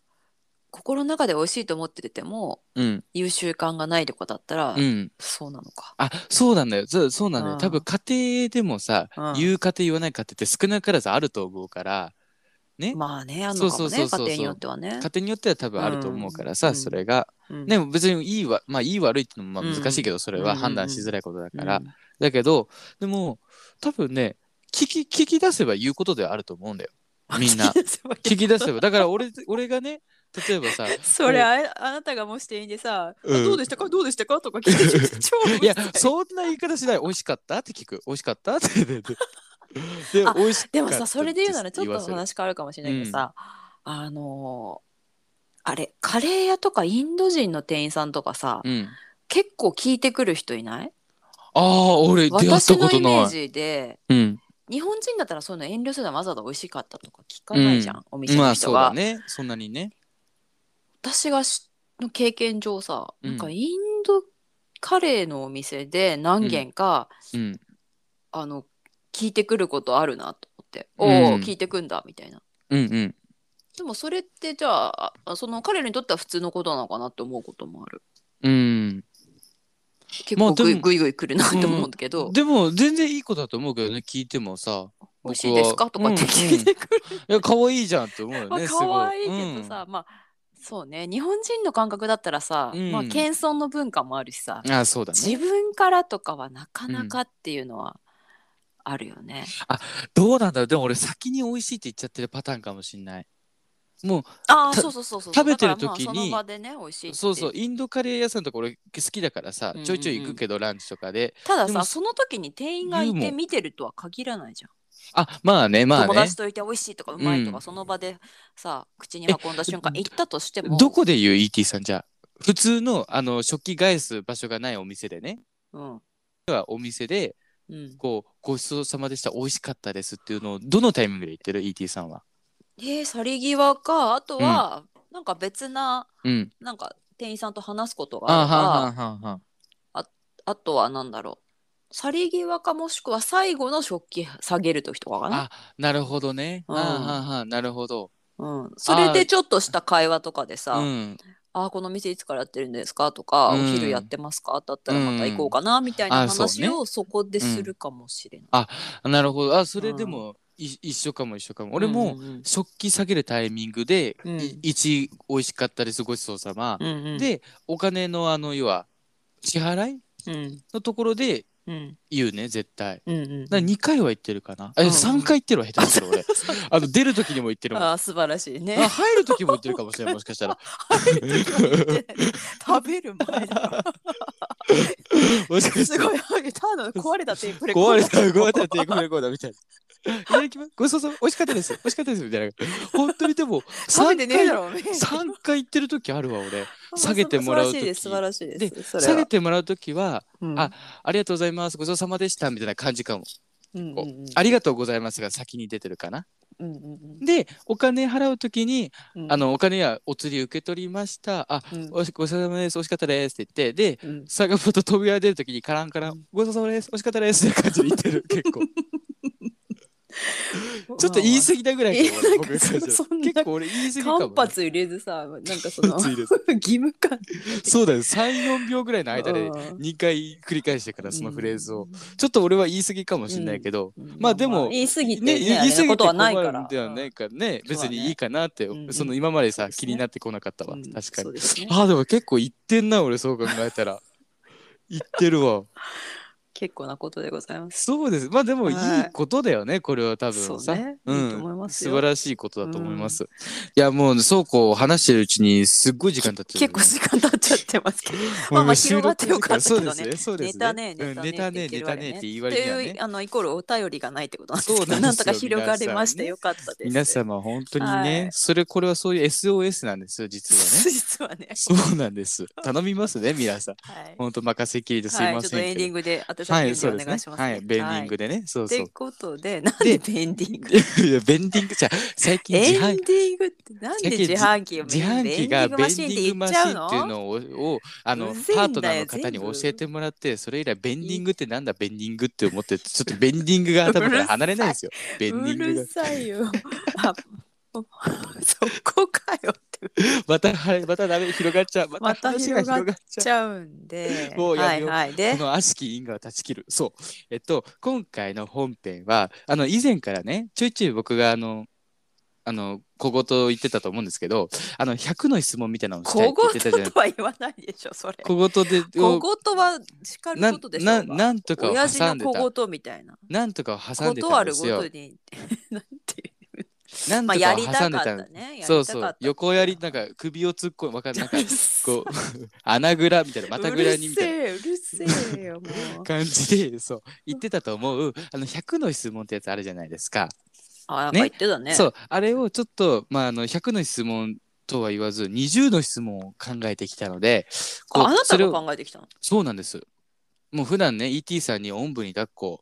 Speaker 2: 心の中で美味しいと思ってても
Speaker 1: うん
Speaker 2: 言う習慣がないとかだったら、
Speaker 1: うん
Speaker 2: そうなのか。
Speaker 1: あそうなんだよそうそうなんだよ、
Speaker 2: うん
Speaker 1: 多分家庭でもさ、
Speaker 2: うん
Speaker 1: 言う家庭言わない家庭って少なからずあると思うからね
Speaker 2: まあねあんのか
Speaker 1: そう
Speaker 2: も
Speaker 1: そうそうそ
Speaker 2: ね家
Speaker 1: う
Speaker 2: 庭によってはね。
Speaker 1: 家庭によっては多分あると思うからさ、
Speaker 2: うん
Speaker 1: それが、
Speaker 2: うん
Speaker 1: でも別にいいわまあいい悪いってのもまあ
Speaker 2: うん
Speaker 1: 難しいけど、それは
Speaker 2: うん
Speaker 1: 判断しづらいことだ
Speaker 2: う
Speaker 1: か
Speaker 2: ん
Speaker 1: ら、だけどでも多分ね聞き聞き出せば言うことではあると思うんだよみん
Speaker 2: [LAUGHS]
Speaker 1: な聞き出せばだから俺 [LAUGHS] 俺がね例えばさ
Speaker 2: それ [LAUGHS] ああなたがもし店員でさ、
Speaker 1: うん
Speaker 2: あどうでしたかどうでしたかとか聞いてきて超うるさ
Speaker 1: いやそんな言い方しない美味しかったって聞く美味しかったって言ってで
Speaker 2: あ
Speaker 1: 美味しかった
Speaker 2: でもさそれで言うならちょっと
Speaker 1: 言わ
Speaker 2: 話変わるかもしれないけどさ、あのーあれカレー屋とかインド人の店員さんとかさ、
Speaker 1: せるうん、
Speaker 2: 結構聞いてくる人いない
Speaker 1: ああ俺出会っ
Speaker 2: 私
Speaker 1: た
Speaker 2: の
Speaker 1: こ
Speaker 2: イ
Speaker 1: と
Speaker 2: メー
Speaker 1: ない、
Speaker 2: ジで
Speaker 1: うん、
Speaker 2: 日本人だったらそういうの遠慮するのはわざわざ美味しかったとか聞かないじゃん、お店
Speaker 1: ま
Speaker 2: の
Speaker 1: あ
Speaker 2: 人
Speaker 1: そう
Speaker 2: が、
Speaker 1: だねそんなにね
Speaker 2: 私がしの経験上さ、
Speaker 1: うん
Speaker 2: なんかインドカレーのお店で何軒か、
Speaker 1: うん
Speaker 2: あの聞いてくることあるなと思って、
Speaker 1: うん
Speaker 2: おお聞いてくんだみたいな
Speaker 1: うんうん
Speaker 2: でもそれってじゃああその彼らにとっては普通のことなのかなって思うこともある
Speaker 1: うん
Speaker 2: 結
Speaker 1: まあ
Speaker 2: 構
Speaker 1: でも
Speaker 2: グイグイグイ来るなって思うんだけど、
Speaker 1: でも全然いい子だと思うけどね聞いてもさ
Speaker 2: 美味しいですかとかって聞いてくる、
Speaker 1: いや可愛いじゃんって思うよ
Speaker 2: まあ
Speaker 1: ねすごい
Speaker 2: 可愛いけどさ、まあそうね日本人の感覚だったらさ、
Speaker 1: うん
Speaker 2: まあ謙遜の文化もあるしさ、
Speaker 1: うんあそうだね
Speaker 2: 自分からとかはなかなかっていうのはあるよね、
Speaker 1: どうなんだろうでも俺先に美味しいって言っちゃってるパターンかもしんないも
Speaker 2: ああ
Speaker 1: た
Speaker 2: そうそうそうそう
Speaker 1: 食べてる
Speaker 2: だからまあ
Speaker 1: 時に
Speaker 2: その場でね美味しいっ
Speaker 1: う
Speaker 2: て
Speaker 1: そうそうインドカレー屋さんとか俺好きだからさ、
Speaker 2: うんうんうん
Speaker 1: ちょいちょい行くけどランチとかで
Speaker 2: ただ
Speaker 1: でも
Speaker 2: さその時に店員がいて見てるとは限らないじゃん、
Speaker 1: あまあねまあ
Speaker 2: 友
Speaker 1: ね
Speaker 2: 達といて美味しいとかうまいとか、
Speaker 1: うん
Speaker 2: その場でさ口に
Speaker 1: え
Speaker 2: 運んだ瞬間行ったとしても
Speaker 1: どこで言う ET さんじゃあ普通のあの食器返す場所がないお店でね
Speaker 2: うん
Speaker 1: はお店で
Speaker 2: うん、
Speaker 1: こうごちそうさまでした美味しかったですっていうのをどのタイミングで言ってる ET さんは
Speaker 2: えー、去り際かあとは、なんか別な
Speaker 1: うん
Speaker 2: なんか店員さんと話すことがあ
Speaker 1: あ
Speaker 2: ればあ
Speaker 1: はんはんはんはん
Speaker 2: とはなんだろう去り際かもしくは最後の食器下げる時とかかな
Speaker 1: あなるほどね、
Speaker 2: うん
Speaker 1: あはんはんなるほど
Speaker 2: うん、それでちょっとした会話とかでさ「あ
Speaker 1: うん
Speaker 2: ーこの店いつからやってるんですか?」とか、
Speaker 1: うん
Speaker 2: お昼やってますか?」だったらまた行こうかな、みたいな
Speaker 1: あそうね
Speaker 2: 話をそこでするかもしれない。
Speaker 1: なるほどあそれ
Speaker 2: うん
Speaker 1: でも、い一緒かも一緒かも俺も、
Speaker 2: うんうん
Speaker 1: 食器下げるタイミングで、い
Speaker 2: うん
Speaker 1: 一美味しかったですごちそうさま、
Speaker 2: うんうん、
Speaker 1: でお金のあの要は支払い
Speaker 2: うん
Speaker 1: のところで
Speaker 2: うん
Speaker 1: 言うね絶対
Speaker 2: うんうん
Speaker 1: だ2回は言ってるかな、あ
Speaker 2: うん
Speaker 1: 3回言ってるわ下手する
Speaker 2: [LAUGHS]
Speaker 1: 俺あの出る時にも言ってるもん
Speaker 2: あー素晴らしいね
Speaker 1: あ。入る時も言ってるかもしれないもしかしたら
Speaker 2: [LAUGHS] 食べる前だか
Speaker 1: もし
Speaker 2: ら
Speaker 1: かし
Speaker 2: す
Speaker 1: たら
Speaker 2: ごいただ壊れたテープレコー
Speaker 1: 壊
Speaker 2: ダ
Speaker 1: れ
Speaker 2: ー
Speaker 1: た壊れたテイクレコーダーみたいないただきますごちそうさま美味しかったです美味しかったですみたいな本当にでも
Speaker 2: 食べてねえだ
Speaker 1: 3
Speaker 2: ろうね。
Speaker 1: 回
Speaker 2: [LAUGHS]
Speaker 1: 三回言ってる時あるわ俺下げてもらう時
Speaker 2: 素晴らしいです素晴らしいです。それは
Speaker 1: 下げてもらう時は
Speaker 2: うん
Speaker 1: あありがとうございますごちそうさまでしたみたいな感じかも
Speaker 2: うんうんうん
Speaker 1: ありがとうございますが先に出てるかな
Speaker 2: うんうん
Speaker 1: でお金払う時に
Speaker 2: うん
Speaker 1: あのお金はお釣り受け取りましたあ
Speaker 2: うん
Speaker 1: おしごちそうさまです美味しかったですって言ってで
Speaker 2: うん
Speaker 1: 坂本扉出る時にカランカランごちそうさまです美味しかったですって感じで言ってる結構ちょっと言い過ぎたぐらいかも
Speaker 2: いや
Speaker 1: 僕
Speaker 2: なんか
Speaker 1: からしたら
Speaker 2: そ [LAUGHS] そんな
Speaker 1: 結構俺言い過ぎかも
Speaker 2: 間髪入れずさなんかその
Speaker 1: つ
Speaker 2: [LAUGHS] 義
Speaker 1: いです
Speaker 2: 務感
Speaker 1: そうだよ34秒ぐらいの [LAUGHS] 間で
Speaker 2: うん
Speaker 1: 2回繰り返してからそのフレーズを、ちょっと俺は言い過ぎかもしれないけど、
Speaker 2: うん
Speaker 1: まあでも
Speaker 2: 言い過ぎて
Speaker 1: ね
Speaker 2: ね
Speaker 1: 言い過
Speaker 2: あれ
Speaker 1: ぎ
Speaker 2: のこ
Speaker 1: て
Speaker 2: とはない
Speaker 1: 困
Speaker 2: か
Speaker 1: る
Speaker 2: ら
Speaker 1: んではないからね、
Speaker 2: うん
Speaker 1: 別にいいかなって、
Speaker 2: そうだね
Speaker 1: その今までさ、
Speaker 2: うん
Speaker 1: 気になってこなかったわ、
Speaker 2: うんうん
Speaker 1: 確か
Speaker 2: そう
Speaker 1: に、
Speaker 2: ですね
Speaker 1: ああでも結構言ってんな俺そう考えた
Speaker 2: [LAUGHS]
Speaker 1: ら言ってるわ
Speaker 2: 結構なことでございます
Speaker 1: そうですまあでもいい
Speaker 2: はい
Speaker 1: ことだよねこれは多
Speaker 2: そう
Speaker 1: 分さ、
Speaker 2: ね
Speaker 1: う
Speaker 2: いいと思い
Speaker 1: ん、
Speaker 2: ます
Speaker 1: 素
Speaker 2: よ
Speaker 1: 晴らしいことだと思います、いやもうそうこう話してるうちにすっごい時間経ってる
Speaker 2: 結
Speaker 1: よね、
Speaker 2: 構時間経っちゃってますけど
Speaker 1: もう
Speaker 2: まあまあ
Speaker 1: 今収録
Speaker 2: 広がってよかったけどね
Speaker 1: そうですねそうですね
Speaker 2: ネタね
Speaker 1: うん
Speaker 2: ネ
Speaker 1: ネ
Speaker 2: タ
Speaker 1: タ
Speaker 2: ね
Speaker 1: ね
Speaker 2: って
Speaker 1: ネ
Speaker 2: 言
Speaker 1: タ
Speaker 2: われ
Speaker 1: ね
Speaker 2: ね
Speaker 1: って言
Speaker 2: と
Speaker 1: われる
Speaker 2: いう
Speaker 1: ね
Speaker 2: あのイコールお便りがないってことなんです
Speaker 1: そうなんで
Speaker 2: け
Speaker 1: す
Speaker 2: ど
Speaker 1: よ
Speaker 2: なんとか広がれましてよかったです
Speaker 1: 皆様本当にね、
Speaker 2: はい
Speaker 1: それこれはそういう SOS なんですよ実はね
Speaker 2: [LAUGHS] 実はね
Speaker 1: [LAUGHS] そうなんです。頼みますね、皆さん。
Speaker 2: はい
Speaker 1: 本当任せっきりですい
Speaker 2: は
Speaker 1: ま
Speaker 2: いちょっ
Speaker 1: せ
Speaker 2: と
Speaker 1: ん
Speaker 2: エンディン
Speaker 1: グ。
Speaker 2: グで
Speaker 1: は
Speaker 2: 私た
Speaker 1: い、
Speaker 2: ち
Speaker 1: そ
Speaker 2: お
Speaker 1: うです
Speaker 2: 願
Speaker 1: ね
Speaker 2: いし。ますね
Speaker 1: はい、ベンディングでね。そ
Speaker 2: っ
Speaker 1: う
Speaker 2: て
Speaker 1: そう。
Speaker 2: ことで、なんでベンディング
Speaker 1: いや、ベンディングじゃ、最近
Speaker 2: エ
Speaker 1: [LAUGHS] 自
Speaker 2: ン
Speaker 1: 販
Speaker 2: ディングってな
Speaker 1: 最
Speaker 2: んで
Speaker 1: 近
Speaker 2: 自販機を
Speaker 1: 自販機がベンディングマシンっていうのををあの
Speaker 2: うぜえんだ
Speaker 1: パ
Speaker 2: よ
Speaker 1: ートナーの方に
Speaker 2: 全
Speaker 1: 教
Speaker 2: 部
Speaker 1: えてもらってそれ以来ベンディングってなんだベンディングって思ってちょっとベンディングが頭から離れないん [LAUGHS] ですよベンディン
Speaker 2: う
Speaker 1: グが
Speaker 2: るさいよ。あそこかよって言っ
Speaker 1: またはいまたダメ広がっちゃうま
Speaker 2: ま
Speaker 1: た
Speaker 2: た
Speaker 1: 話が広がっちゃう
Speaker 2: ちゃうんで。
Speaker 1: もうや
Speaker 2: は
Speaker 1: め
Speaker 2: い
Speaker 1: よう
Speaker 2: はい。で
Speaker 1: こ、の悪しき因果を断ち切る。そう。えっと、今回の本編は、あの、以前からね、ちょいちょい僕が、あの、あの、小言を言ってたと思うんですけど、あの、100の質問みたいなのをしたいっ
Speaker 2: 小
Speaker 1: て言ってたじゃ
Speaker 2: 言
Speaker 1: ない
Speaker 2: とは言わないでしょ、それ。
Speaker 1: 小言で、
Speaker 2: 小
Speaker 1: を
Speaker 2: 言は叱る
Speaker 1: な
Speaker 2: ことでしょ
Speaker 1: な
Speaker 2: うが
Speaker 1: なんとかを
Speaker 2: 親父
Speaker 1: 挟んで
Speaker 2: の
Speaker 1: た。
Speaker 2: 小言みたいな。
Speaker 1: なんとかを挟んでた
Speaker 2: 断
Speaker 1: んで
Speaker 2: る
Speaker 1: す
Speaker 2: ご
Speaker 1: よ
Speaker 2: と。に。なんていう
Speaker 1: なん
Speaker 2: まあ
Speaker 1: と
Speaker 2: や
Speaker 1: か
Speaker 2: り
Speaker 1: を
Speaker 2: たか
Speaker 1: 挟
Speaker 2: っ
Speaker 1: んでた
Speaker 2: た
Speaker 1: ん
Speaker 2: ね。
Speaker 1: そう
Speaker 2: やりた
Speaker 1: そ
Speaker 2: か
Speaker 1: う
Speaker 2: った
Speaker 1: 横やりなんか首を突っ込むわかるなんかこ
Speaker 2: [LAUGHS]
Speaker 1: う穴ぐらみたいなまた
Speaker 2: う
Speaker 1: ぐらにみたいな
Speaker 2: るせえうるせえよ
Speaker 1: [LAUGHS]
Speaker 2: もう
Speaker 1: 感じでそう言ってたと思うあの100の質問ってやつあるじゃないですか、
Speaker 2: あなんか
Speaker 1: ね
Speaker 2: 言ってたね
Speaker 1: そうあれをちょっと、まあ、あの100の質問とは言わず20の質問を考えてきたのでこう
Speaker 2: ああなた
Speaker 1: それ
Speaker 2: が
Speaker 1: を
Speaker 2: 考えてきたの
Speaker 1: そうなんですもう普段ね ET さんにおんぶに抱っこ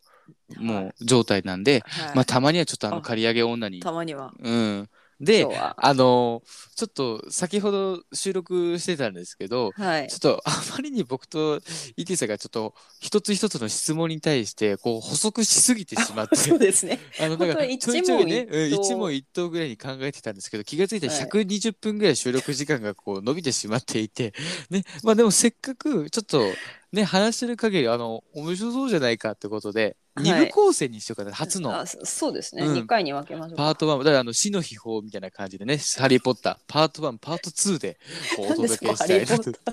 Speaker 1: も
Speaker 2: はいう
Speaker 1: 状態なんで、
Speaker 2: はい
Speaker 1: まあ、たまにはちょっとあの
Speaker 2: あ
Speaker 1: 借り上げ女に
Speaker 2: たまには
Speaker 1: うん
Speaker 2: 今
Speaker 1: で
Speaker 2: 日は
Speaker 1: あのちょっと先ほど収録してたんですけど
Speaker 2: はい
Speaker 1: ちょっとあまりに僕と ET さんがちょっと一つ一つの質問に対してこう補足しすぎてしまっ
Speaker 2: そう
Speaker 1: て
Speaker 2: ですね
Speaker 1: あのだか
Speaker 2: 本当
Speaker 1: ら
Speaker 2: に一
Speaker 1: ちょいちょいね
Speaker 2: 問一答
Speaker 1: うん一問一答ぐらいに考えてたんですけど気がついたら120分ぐらい収録時間がこう伸びてしまっていて、ねまあ、でもせっかくちょっとね話してる限りあの面白そうじゃないかってことで
Speaker 2: はい
Speaker 1: 二部構成にしようかな初の。
Speaker 2: あそそうですね
Speaker 1: うん
Speaker 2: 二回に分けましょう
Speaker 1: パー
Speaker 2: か
Speaker 1: ト1だからあの死の秘宝みたいな感じでね「ハリー・ポッター」パート1パート2でこうお
Speaker 2: なん
Speaker 1: 届
Speaker 2: でそ
Speaker 1: け
Speaker 2: こハ
Speaker 1: し
Speaker 2: リ
Speaker 1: たい
Speaker 2: ー・ポ
Speaker 1: なと
Speaker 2: ッ
Speaker 1: [LAUGHS]
Speaker 2: タ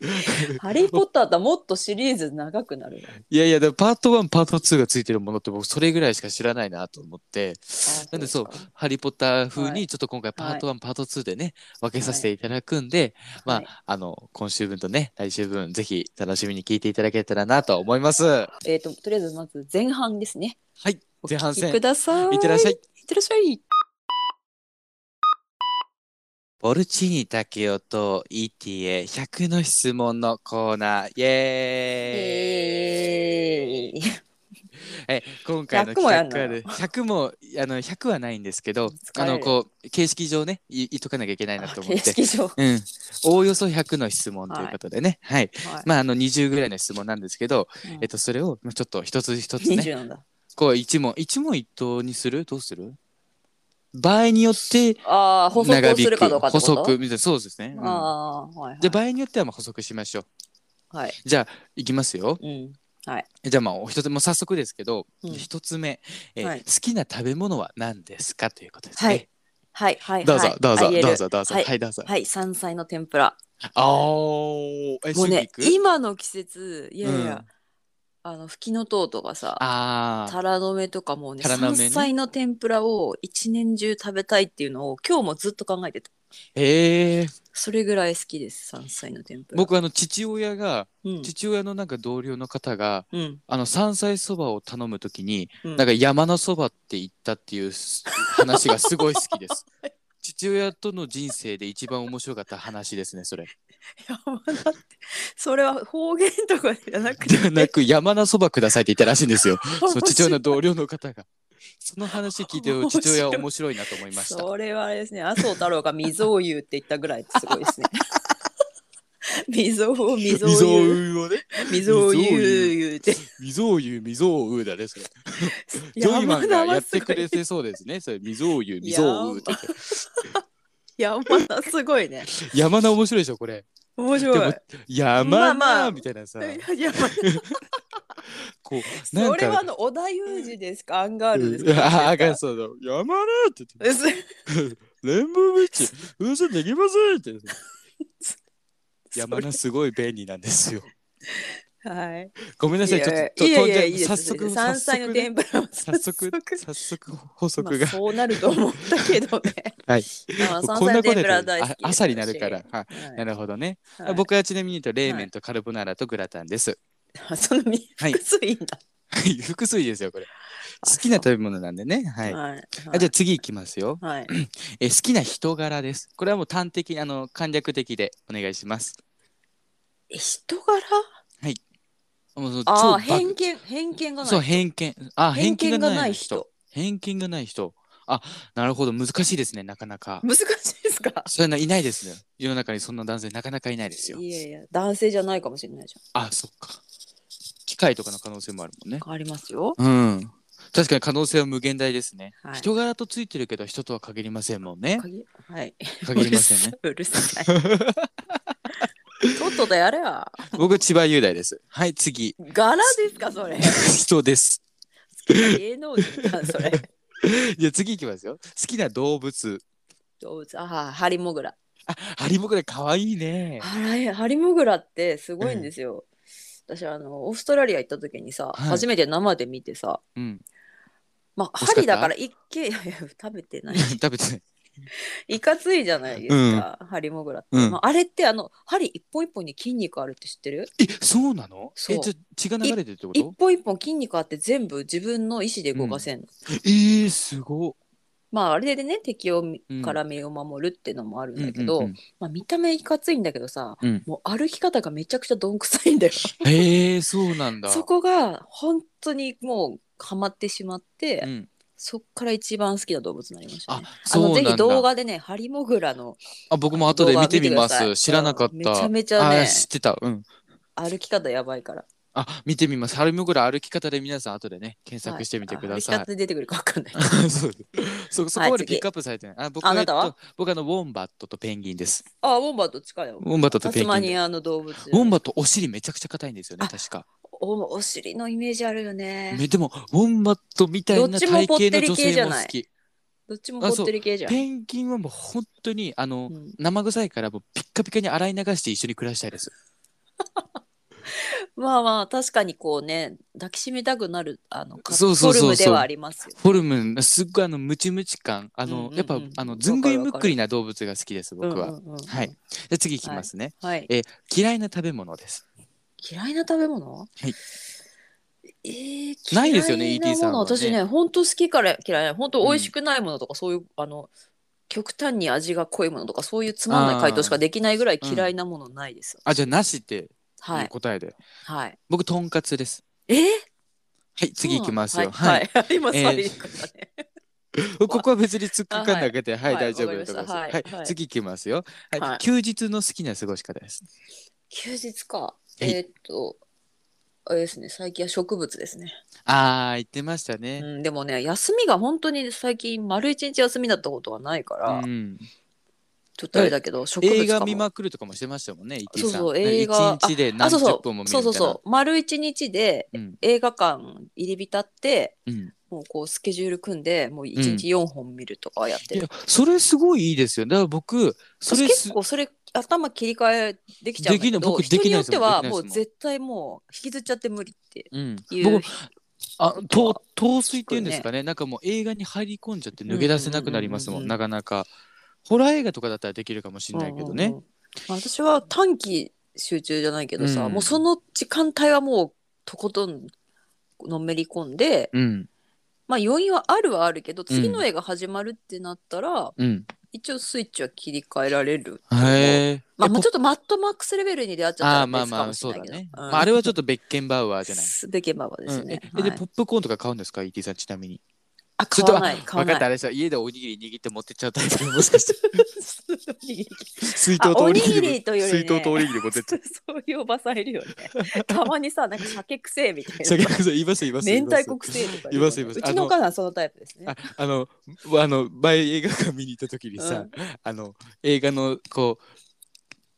Speaker 2: ーハリー・ポッターだもっとシリーズ長くなる
Speaker 1: いやいや、でもパート1、パート2がついてるものって僕それぐらいしか知らないなと思って、なんでそう
Speaker 2: あすか
Speaker 1: ハリー・ポッター風
Speaker 2: はい
Speaker 1: にちょっと今回パート1、パート2でね、分けさせていただくんで、まあ、
Speaker 2: はい
Speaker 1: あの、今週分とね、来週分、ぜひ楽しみに聞いていただけたらなと思います。は
Speaker 2: えっととりあえずまず前半ですね
Speaker 1: い、前半
Speaker 2: お聞き
Speaker 1: 戦、
Speaker 2: く
Speaker 1: い
Speaker 2: ださい
Speaker 1: ってらっしゃい。
Speaker 2: いってらっしゃい
Speaker 1: ボルチーニ竹雄と ETA100 の質問のコーナー、イエーイ
Speaker 2: えー
Speaker 1: え今回の
Speaker 2: 100もやん
Speaker 1: 企
Speaker 2: の
Speaker 1: 画はね100もあの100はないんですけど
Speaker 2: 疲
Speaker 1: あ
Speaker 2: れる
Speaker 1: のこう形式上ねい言っとかなきゃいけないなと思
Speaker 2: 形
Speaker 1: って
Speaker 2: 式上
Speaker 1: うん、おおよそ100の質問ということでね、はい
Speaker 2: はい
Speaker 1: まああの20ぐらいの質問なんですけど、
Speaker 2: うん
Speaker 1: えっと、それをまあちょっと一つ一つね
Speaker 2: 20なんだ
Speaker 1: こう一問一問一答にするどうする場合によって
Speaker 2: ああ補足
Speaker 1: 長
Speaker 2: を
Speaker 1: 引
Speaker 2: する
Speaker 1: く
Speaker 2: かどうかって
Speaker 1: 補
Speaker 2: こ
Speaker 1: 足
Speaker 2: と
Speaker 1: みたいなそうですね、うん
Speaker 2: ああはいはい
Speaker 1: で場合によってはまあ補足しましょう
Speaker 2: はい
Speaker 1: じゃあいきますよ
Speaker 2: うん
Speaker 1: じゃあまあお一つもう早速ですけど
Speaker 2: うん
Speaker 1: 一、つ目、えー
Speaker 2: はい
Speaker 1: 好きな食べ物は何ですかということですね、
Speaker 2: はいはいはい
Speaker 1: どうぞ、
Speaker 2: はい
Speaker 1: どうぞ
Speaker 2: あ言える
Speaker 1: どうぞどうぞは、
Speaker 2: はいい
Speaker 1: どうぞ、
Speaker 2: はい山菜の天ぷら
Speaker 1: あーえ
Speaker 2: もうね
Speaker 1: 春菊
Speaker 2: 今の季節いやい
Speaker 1: う
Speaker 2: や、
Speaker 1: ん
Speaker 2: あのフキノトウとかさ
Speaker 1: あー
Speaker 2: タラの芽とかもうね
Speaker 1: タラの
Speaker 2: 山
Speaker 1: 芽ね
Speaker 2: 菜の天ぷらを一年中食べたいっていうのを今日もずっと考えてた
Speaker 1: へえ
Speaker 2: それぐらい好きです山菜の天ぷら
Speaker 1: 僕あの父親が
Speaker 2: うん
Speaker 1: 父親のなんか同僚の方が
Speaker 2: うん
Speaker 1: あの山菜そばを頼むときに、
Speaker 2: うん
Speaker 1: なんか山のそばって言ったっていう
Speaker 2: [LAUGHS]
Speaker 1: す話がすごい好きです。父親との人生で一番面白かった話ですねそれ。
Speaker 2: 山菜ってそれは方言とかじゃなくて
Speaker 1: で [LAUGHS] はなく山のそばくださいって言ったらしいんですよ。そう父親の
Speaker 2: [LAUGHS] 面
Speaker 1: 同僚の方が。その話聞いて
Speaker 2: 面白い
Speaker 1: 父親は面白いなと思いました。
Speaker 2: それはあれですね麻生太郎が未曾有って言ったぐらいすごいですね
Speaker 1: [LAUGHS]
Speaker 2: 未曾有未
Speaker 1: 未
Speaker 2: 曾
Speaker 1: 曾
Speaker 2: 有
Speaker 1: 有をね。
Speaker 2: 未曾有言うて
Speaker 1: 未曾有未曾有だねそれ。ジョイマンがやってくれてそうですね。それ未曾有未曾有って。
Speaker 2: 山田すごいね。
Speaker 1: 山の面白いでしょこれ。
Speaker 2: 面白い。ま
Speaker 1: 山
Speaker 2: あま
Speaker 1: な
Speaker 2: あ
Speaker 1: みたいなさ、
Speaker 2: 山田
Speaker 1: こうなん
Speaker 2: それは
Speaker 1: か
Speaker 2: あ。の織田裕二ですかアンガールです
Speaker 1: うんあ
Speaker 2: か
Speaker 1: あがそうだ山なって言って
Speaker 2: です
Speaker 1: レンブービッチうそできませんって山
Speaker 2: そ
Speaker 1: なすごい便利なんですよ
Speaker 2: れはい。
Speaker 1: ごめんなさい
Speaker 2: い
Speaker 1: ちょっ
Speaker 2: や
Speaker 1: と
Speaker 2: いやいや
Speaker 1: 飛
Speaker 2: いい
Speaker 1: んじゃ
Speaker 2: で
Speaker 1: 早
Speaker 2: す。
Speaker 1: 速
Speaker 2: 山菜の天ぷらは
Speaker 1: 早速早速補
Speaker 2: ま
Speaker 1: 足
Speaker 2: あ
Speaker 1: が
Speaker 2: そうなると思ったけどね。
Speaker 1: [LAUGHS] はい。
Speaker 2: まあ、山
Speaker 1: こん
Speaker 2: 菜
Speaker 1: なこと
Speaker 2: の天ぷ
Speaker 1: や
Speaker 2: ら
Speaker 1: った
Speaker 2: 大好き
Speaker 1: ら
Speaker 2: です。
Speaker 1: あ朝になるからはい
Speaker 2: はい。
Speaker 1: なるほどね
Speaker 2: はい、
Speaker 1: 僕はちなみに言うと冷麺とカルボナーラとグラタンです
Speaker 2: そのみ
Speaker 1: はい
Speaker 2: 複数いいんだ。
Speaker 1: [LAUGHS] 複数ですよこれ好きな食べ物なんでねはい
Speaker 2: はい。はい
Speaker 1: あじゃあ次いきますよ
Speaker 2: はい。
Speaker 1: えー好きな人柄です。これはもう端的にあの簡略的でお願いします。
Speaker 2: え人柄
Speaker 1: もうそう
Speaker 2: ああ、
Speaker 1: 超バ
Speaker 2: 偏見、偏見がない。
Speaker 1: そう偏見。あ偏
Speaker 2: 偏
Speaker 1: 見
Speaker 2: 見
Speaker 1: が
Speaker 2: が
Speaker 1: な
Speaker 2: ないい
Speaker 1: 人
Speaker 2: 人。。
Speaker 1: 偏見がない人。あなるほど難しいですねなかなか。
Speaker 2: 難しいですか
Speaker 1: そんないないですね。世の中にそんな男性なかなかいないですよ。
Speaker 2: いやいや、男性じゃないかもしれないじ
Speaker 1: あそっか。機械とかの可能性もあるもんね
Speaker 2: ゃ。ん。ありますよ。
Speaker 1: うん。確かに可能性は無限大ですね。
Speaker 2: はい
Speaker 1: 人柄とついてるけど人とは限りませんもんね。
Speaker 2: 鍵はい。
Speaker 1: 限りませんね。
Speaker 2: [LAUGHS] うるさい。うるさい。とっととやれよ。
Speaker 1: 僕千葉雄大です。はい
Speaker 2: [LAUGHS]
Speaker 1: 次
Speaker 2: 柄ですか、それ。
Speaker 1: 人です。
Speaker 2: 芸能人か、
Speaker 1: [LAUGHS]
Speaker 2: それ。
Speaker 1: じゃあ次いきますよ。好きな動物。
Speaker 2: 動物、ああ、ハリモグラ。
Speaker 1: あ、ハリモグラ可愛いね。
Speaker 2: あらハリモグラってすごいんですよ。私あのオーストラリア行った時にさ、
Speaker 1: はい
Speaker 2: 初めて生で見てさ
Speaker 1: うん。
Speaker 2: まあ、
Speaker 1: しかった
Speaker 2: 針だから一 [LAUGHS] 見、いやいや、食べてない。
Speaker 1: 食べてない。
Speaker 2: いかついじゃないですか、ハリモグラって。
Speaker 1: うん
Speaker 2: まあ、あれって、あの、針一本一本に筋肉あるって知ってる
Speaker 1: え、そうなの
Speaker 2: そう
Speaker 1: え、じゃあ血が流れてるってこ
Speaker 2: 一
Speaker 1: と
Speaker 2: 本一本筋肉あって全部自分の意思で動かせんの。
Speaker 1: えー、すごっ。
Speaker 2: まあ、あれでね、敵をみ
Speaker 1: うん
Speaker 2: から身を守るってのもあるんだけ
Speaker 1: うん
Speaker 2: ど
Speaker 1: うん、
Speaker 2: まあ、見た目いかついんだけどさ、 [LAUGHS]
Speaker 1: うん
Speaker 2: もう歩き方がめちゃくちゃどんくさいんだよ。
Speaker 1: うんへえ、そうなんだ。
Speaker 2: そこが本当にもうハマってしまって、
Speaker 1: うん。
Speaker 2: そっから一番好きな動物になりました、
Speaker 1: あ
Speaker 2: ね。、あ
Speaker 1: そ
Speaker 2: の
Speaker 1: うな
Speaker 2: ぜ
Speaker 1: んだ。
Speaker 2: ひ動画でね、ハリモグラの
Speaker 1: あ、僕も後で見てみま
Speaker 2: 動画見てくださ
Speaker 1: す。
Speaker 2: い
Speaker 1: 知らなかっ
Speaker 2: うんめ
Speaker 1: た。
Speaker 2: ちゃめちゃね
Speaker 1: あ、知ってた。うん。
Speaker 2: 歩き方やばいから。
Speaker 1: あ、見てみます。ハルミぐらい歩き方で皆さん後でね、検索してみてください
Speaker 2: はいあ歩き方。で出てくるかわかんない。
Speaker 1: [LAUGHS] そうそそこまでピックアップされてない。あ僕
Speaker 2: あなたは
Speaker 1: えっと僕あのウォンバットとペンギンです。
Speaker 2: あ、ウォンバット近いよ
Speaker 1: ウ。ォンバットと
Speaker 2: タ
Speaker 1: ペ
Speaker 2: ス
Speaker 1: ンギ
Speaker 2: マ
Speaker 1: ンで
Speaker 2: ニアの動物。
Speaker 1: ウォンバットお尻めちゃくちゃ硬いんですよね、
Speaker 2: あ
Speaker 1: 確か。
Speaker 2: おお尻のイメージあるよね。
Speaker 1: めでも、ウォンバットみたいな体型の女性も好き。
Speaker 2: どっちもぽってり系じゃん。
Speaker 1: ペンギンはもう本当に、あの、
Speaker 2: うん
Speaker 1: 生臭いからもうピッカピカに洗い流して一緒に暮らしたいです。
Speaker 2: まあまあ確かにこうね抱きしめたくなるあのか
Speaker 1: そうそうそうそう
Speaker 2: フォルムではありますよ。
Speaker 1: フォルム、すっごいあの、ムチムチ感。あの、
Speaker 2: うんうんうん
Speaker 1: やっぱ、あの、ずんぐいむっくりな動物が好きです、僕は。
Speaker 2: うんうんうん
Speaker 1: はい。じゃあ次いきますね。
Speaker 2: はい。
Speaker 1: え、嫌いな食べ物です。
Speaker 2: 嫌いな食べ物
Speaker 1: はい
Speaker 2: えー、
Speaker 1: ないですよね
Speaker 2: 嫌いな
Speaker 1: ET さん
Speaker 2: も
Speaker 1: は
Speaker 2: の
Speaker 1: ね
Speaker 2: 私ね本当好きから嫌いな本当美味しくないものとか、そういうあの極端に味が濃いものとかそういうつまんない回答しかできないぐらい嫌いなものないです、
Speaker 1: あ、じゃあ、なしっていう
Speaker 2: はい
Speaker 1: 答えで。
Speaker 2: はい
Speaker 1: 僕、とんかつです。
Speaker 2: えー、
Speaker 1: はい、次いきますよ。
Speaker 2: そうなの
Speaker 1: は。
Speaker 2: はいい、はい、今
Speaker 1: えー
Speaker 2: サリーからね、
Speaker 1: ここは別に突っかかんなくて、はい、
Speaker 2: はい
Speaker 1: 大丈夫でございます。
Speaker 2: わか
Speaker 1: は
Speaker 2: りましたはいいは、い
Speaker 1: 次いきますよ。は、
Speaker 2: はいい
Speaker 1: 休日の好きな過ごし方です。
Speaker 2: 休日か
Speaker 1: はい
Speaker 2: えーっとあれですね最近は植物ですね、
Speaker 1: あー、言ってましたね。
Speaker 2: うん、でもね休みが本当に最近丸一日休みだったことがないか
Speaker 1: う
Speaker 2: ら、
Speaker 1: ん。
Speaker 2: ちょっとあれだけど植物かも
Speaker 1: 映画見まくるとかもしてましたもんね、ET さん。
Speaker 2: そうそう映画
Speaker 1: 一日で何
Speaker 2: あ、そ
Speaker 1: 十
Speaker 2: うそう
Speaker 1: 分も見るみたいな。
Speaker 2: そうそうそう。丸一日で
Speaker 1: うん
Speaker 2: 映画館入り浸って、
Speaker 1: うん。
Speaker 2: もうこうスケジュール組んで、もう一日4本見るとかやって
Speaker 1: いや
Speaker 2: る。、
Speaker 1: それすごいいいですよ。だから僕、それ
Speaker 2: 結
Speaker 1: す、
Speaker 2: 構それ頭切り替えできちゃうんだけ
Speaker 1: できない
Speaker 2: ど、
Speaker 1: 僕
Speaker 2: 人によっては
Speaker 1: できないで
Speaker 2: も
Speaker 1: すもん
Speaker 2: う絶対もう引きずっちゃって無理って
Speaker 1: うん。
Speaker 2: いう。
Speaker 1: 僕、あ、と、陶酔っていうんですかね。なんかもう映画に入り込んじゃって抜け出せなくなりますも
Speaker 2: う
Speaker 1: ん、
Speaker 2: んうんうん
Speaker 1: なかなか。ホラー映画とかだったらできるかもしれないけど
Speaker 2: うん
Speaker 1: ね
Speaker 2: うん。うんまあ私は短期集中じゃないけどさ、
Speaker 1: うん
Speaker 2: もうその時間帯はもうとことんのめり込んで、
Speaker 1: うん。
Speaker 2: まあ余韻はあるはあるけど、次の映画始まるってなったら、
Speaker 1: うん。
Speaker 2: 一応スイッチは切り替えられる。
Speaker 1: へえ。
Speaker 2: まあ、もう
Speaker 1: え
Speaker 2: ちょっとマットマックスレベルに出会っちゃ
Speaker 1: あ
Speaker 2: った
Speaker 1: あま
Speaker 2: ら
Speaker 1: あ
Speaker 2: 別か
Speaker 1: まあ
Speaker 2: もし
Speaker 1: そう
Speaker 2: れ
Speaker 1: だ
Speaker 2: ないけど。
Speaker 1: ね、まあ、あれはちょっと
Speaker 2: と
Speaker 1: ベッケンバウアーじゃない、
Speaker 2: [LAUGHS] すべけばばですね。
Speaker 1: うん、えで
Speaker 2: はい
Speaker 1: ポップコーンとか買うんですか ET さんちなみに
Speaker 2: あ、買わない、買わ
Speaker 1: 分かった
Speaker 2: [LAUGHS]
Speaker 1: あ
Speaker 2: ない。
Speaker 1: れさ家でおにぎり握って持ってっちゃうタイプもしかして水筒
Speaker 2: あ
Speaker 1: と
Speaker 2: お
Speaker 1: おに
Speaker 2: に
Speaker 1: ぎり
Speaker 2: ぎりというより、ね、
Speaker 1: 水筒とおにぎり持
Speaker 2: [LAUGHS]
Speaker 1: ってっちゃ
Speaker 2: そういうおばさんいるよね。
Speaker 1: [LAUGHS]
Speaker 2: たまにさ、なんか鮭くせえみた
Speaker 1: う
Speaker 2: い
Speaker 1: 先
Speaker 2: な。
Speaker 1: ほど言います言います言い
Speaker 2: 明
Speaker 1: ます
Speaker 2: 太子くせえとかう
Speaker 1: い
Speaker 2: よね
Speaker 1: ますいます
Speaker 2: うちのお母さんそのタイプですね
Speaker 1: あ。あのあの前映画館見に行った時にさ、あの映画のこう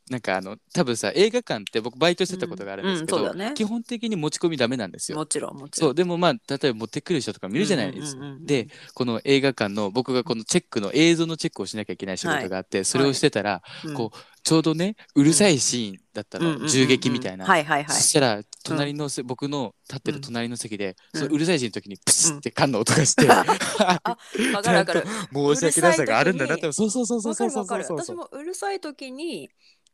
Speaker 1: なんかあの多分さ映画館って僕バイトしてたことがあるんですけど、
Speaker 2: うんうんそうだね
Speaker 1: 基本的に持ち込みダメなんですよ
Speaker 2: もちろん、もちろん。
Speaker 1: そうでもまあ例えば持ってくる人とかもいるじゃないですか、
Speaker 2: うんうんうんうん
Speaker 1: でこの映画館の僕がこのチェックの映像のチェックをしなきゃいけない仕事があって、それをしてたら、
Speaker 2: うん
Speaker 1: こちょうどねうるさいシーンだった
Speaker 2: うん
Speaker 1: の、
Speaker 2: うんうんうん
Speaker 1: 銃撃みたいな、
Speaker 2: はいはいはい
Speaker 1: そ。したら隣のせ、僕の立ってる隣の席で、
Speaker 2: うん
Speaker 1: そのうるさいシーンの時にプスって缶の音が
Speaker 2: [LAUGHS]
Speaker 1: して、
Speaker 2: わかるわかる。
Speaker 1: 申し訳なさがあるんだなって
Speaker 2: う
Speaker 1: そうそう [LAUGHS] そうそう
Speaker 2: わか
Speaker 1: そう
Speaker 2: る
Speaker 1: そ
Speaker 2: わ
Speaker 1: う
Speaker 2: かる。
Speaker 1: そう
Speaker 2: 私
Speaker 1: そう
Speaker 2: もうるさい時に、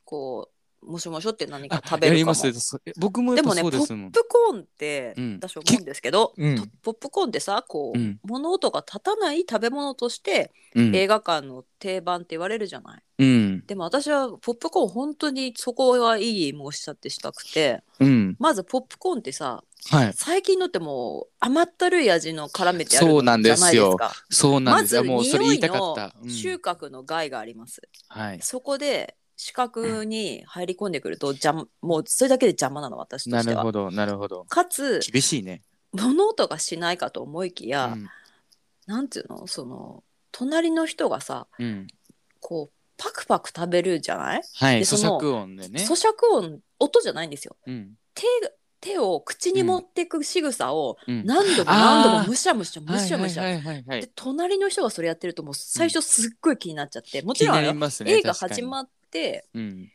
Speaker 2: こう、もしもしょって何か
Speaker 1: あ
Speaker 2: 食べ
Speaker 1: や
Speaker 2: る
Speaker 1: り
Speaker 2: か
Speaker 1: ま
Speaker 2: も。
Speaker 1: すそ僕もや
Speaker 2: で
Speaker 1: っぱ
Speaker 2: もね、
Speaker 1: そ
Speaker 2: ポ
Speaker 1: うですもん、
Speaker 2: ップコーンって、
Speaker 1: うん
Speaker 2: 私は思うんですけど、
Speaker 1: うん
Speaker 2: とポップコーンってさ、こう、
Speaker 1: うん
Speaker 2: 物音が立たない食べ物として、
Speaker 1: うん
Speaker 2: 映画館の定番って言われるじゃない。
Speaker 1: うん
Speaker 2: でも私はポップコーン本当にそこはいい申し立てしたくて、
Speaker 1: うん
Speaker 2: まずポップコーンってさ、
Speaker 1: はい
Speaker 2: 最近のってもう甘ったるい味の絡めてある
Speaker 1: そうなん
Speaker 2: じ
Speaker 1: で
Speaker 2: ゃな
Speaker 1: す
Speaker 2: いです
Speaker 1: よ
Speaker 2: か。
Speaker 1: そうなん
Speaker 2: ま
Speaker 1: です
Speaker 2: ず
Speaker 1: よもうそれ
Speaker 2: 匂
Speaker 1: 言
Speaker 2: い
Speaker 1: いたかっ
Speaker 2: の
Speaker 1: た、うん
Speaker 2: 収穫の害があります。
Speaker 1: はい
Speaker 2: そこで視覚に入り込んでくると邪魔もうそれだけで邪魔なの私と
Speaker 1: な
Speaker 2: して
Speaker 1: る
Speaker 2: は
Speaker 1: ほ。どなるほど
Speaker 2: かつ
Speaker 1: 厳しいね
Speaker 2: 物音がしないかと思いき
Speaker 1: う
Speaker 2: や、
Speaker 1: ん
Speaker 2: なんていうのその隣の人がさ
Speaker 1: うん
Speaker 2: こうパクパク食べるじゃない、
Speaker 1: はい
Speaker 2: で
Speaker 1: 咀
Speaker 2: その
Speaker 1: 嚼音でね
Speaker 2: 咀嚼音音じゃないんですよ。
Speaker 1: うん
Speaker 2: 手手を口に持っていく仕草を
Speaker 1: うん
Speaker 2: 何度も何度もむしゃむしゃむしゃむしゃ。
Speaker 1: はいはいはいはいはい
Speaker 2: で隣の人がそれやってるともう最初すっごい気になっちゃって、も
Speaker 1: 気
Speaker 2: ち
Speaker 1: に
Speaker 2: ろん
Speaker 1: な
Speaker 2: あ
Speaker 1: り
Speaker 2: の
Speaker 1: ますね
Speaker 2: 映画
Speaker 1: 確かに
Speaker 2: 始まって
Speaker 1: うん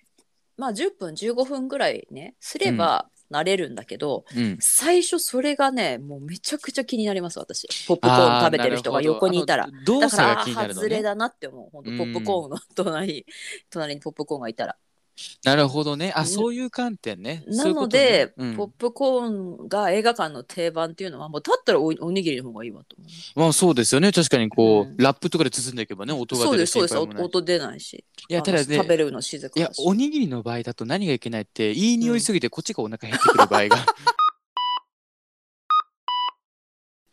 Speaker 2: まあ10分15分ぐらいねすれば、なれるんだけど
Speaker 1: うん。
Speaker 2: 最初それがねもうめちゃくちゃ気になります私ポップコーン食べてる人が横にいたら
Speaker 1: あー。なるほどあの動
Speaker 2: だから
Speaker 1: 作が気にな
Speaker 2: あ
Speaker 1: るの
Speaker 2: 外れ
Speaker 1: ね。
Speaker 2: だなって思う本当ポップコーンの隣 [LAUGHS] に隣にポップコーンがいたら
Speaker 1: なるほどね。あ、そういう観点ね。そ
Speaker 2: な
Speaker 1: ういうこ
Speaker 2: の
Speaker 1: とね
Speaker 2: で、
Speaker 1: うん
Speaker 2: ポップコーンが映画館の定番っていうのはもう立ったらおおにぎりの方がいいわと思う
Speaker 1: まあそうですよね。確かにこ
Speaker 2: うん
Speaker 1: う、ラップとかで包んでいけばね、音が
Speaker 2: そう
Speaker 1: 出
Speaker 2: で
Speaker 1: る
Speaker 2: す
Speaker 1: し。
Speaker 2: そうです
Speaker 1: いっぱいもない
Speaker 2: 音出ないし
Speaker 1: いや、ただ
Speaker 2: あの食べ
Speaker 1: ね、
Speaker 2: るの静
Speaker 1: い
Speaker 2: か
Speaker 1: や
Speaker 2: だ、し
Speaker 1: おにぎりの場合だと何がいけないって、いい匂いすぎてこっちがお腹減ってくる場合が。 [LAUGHS]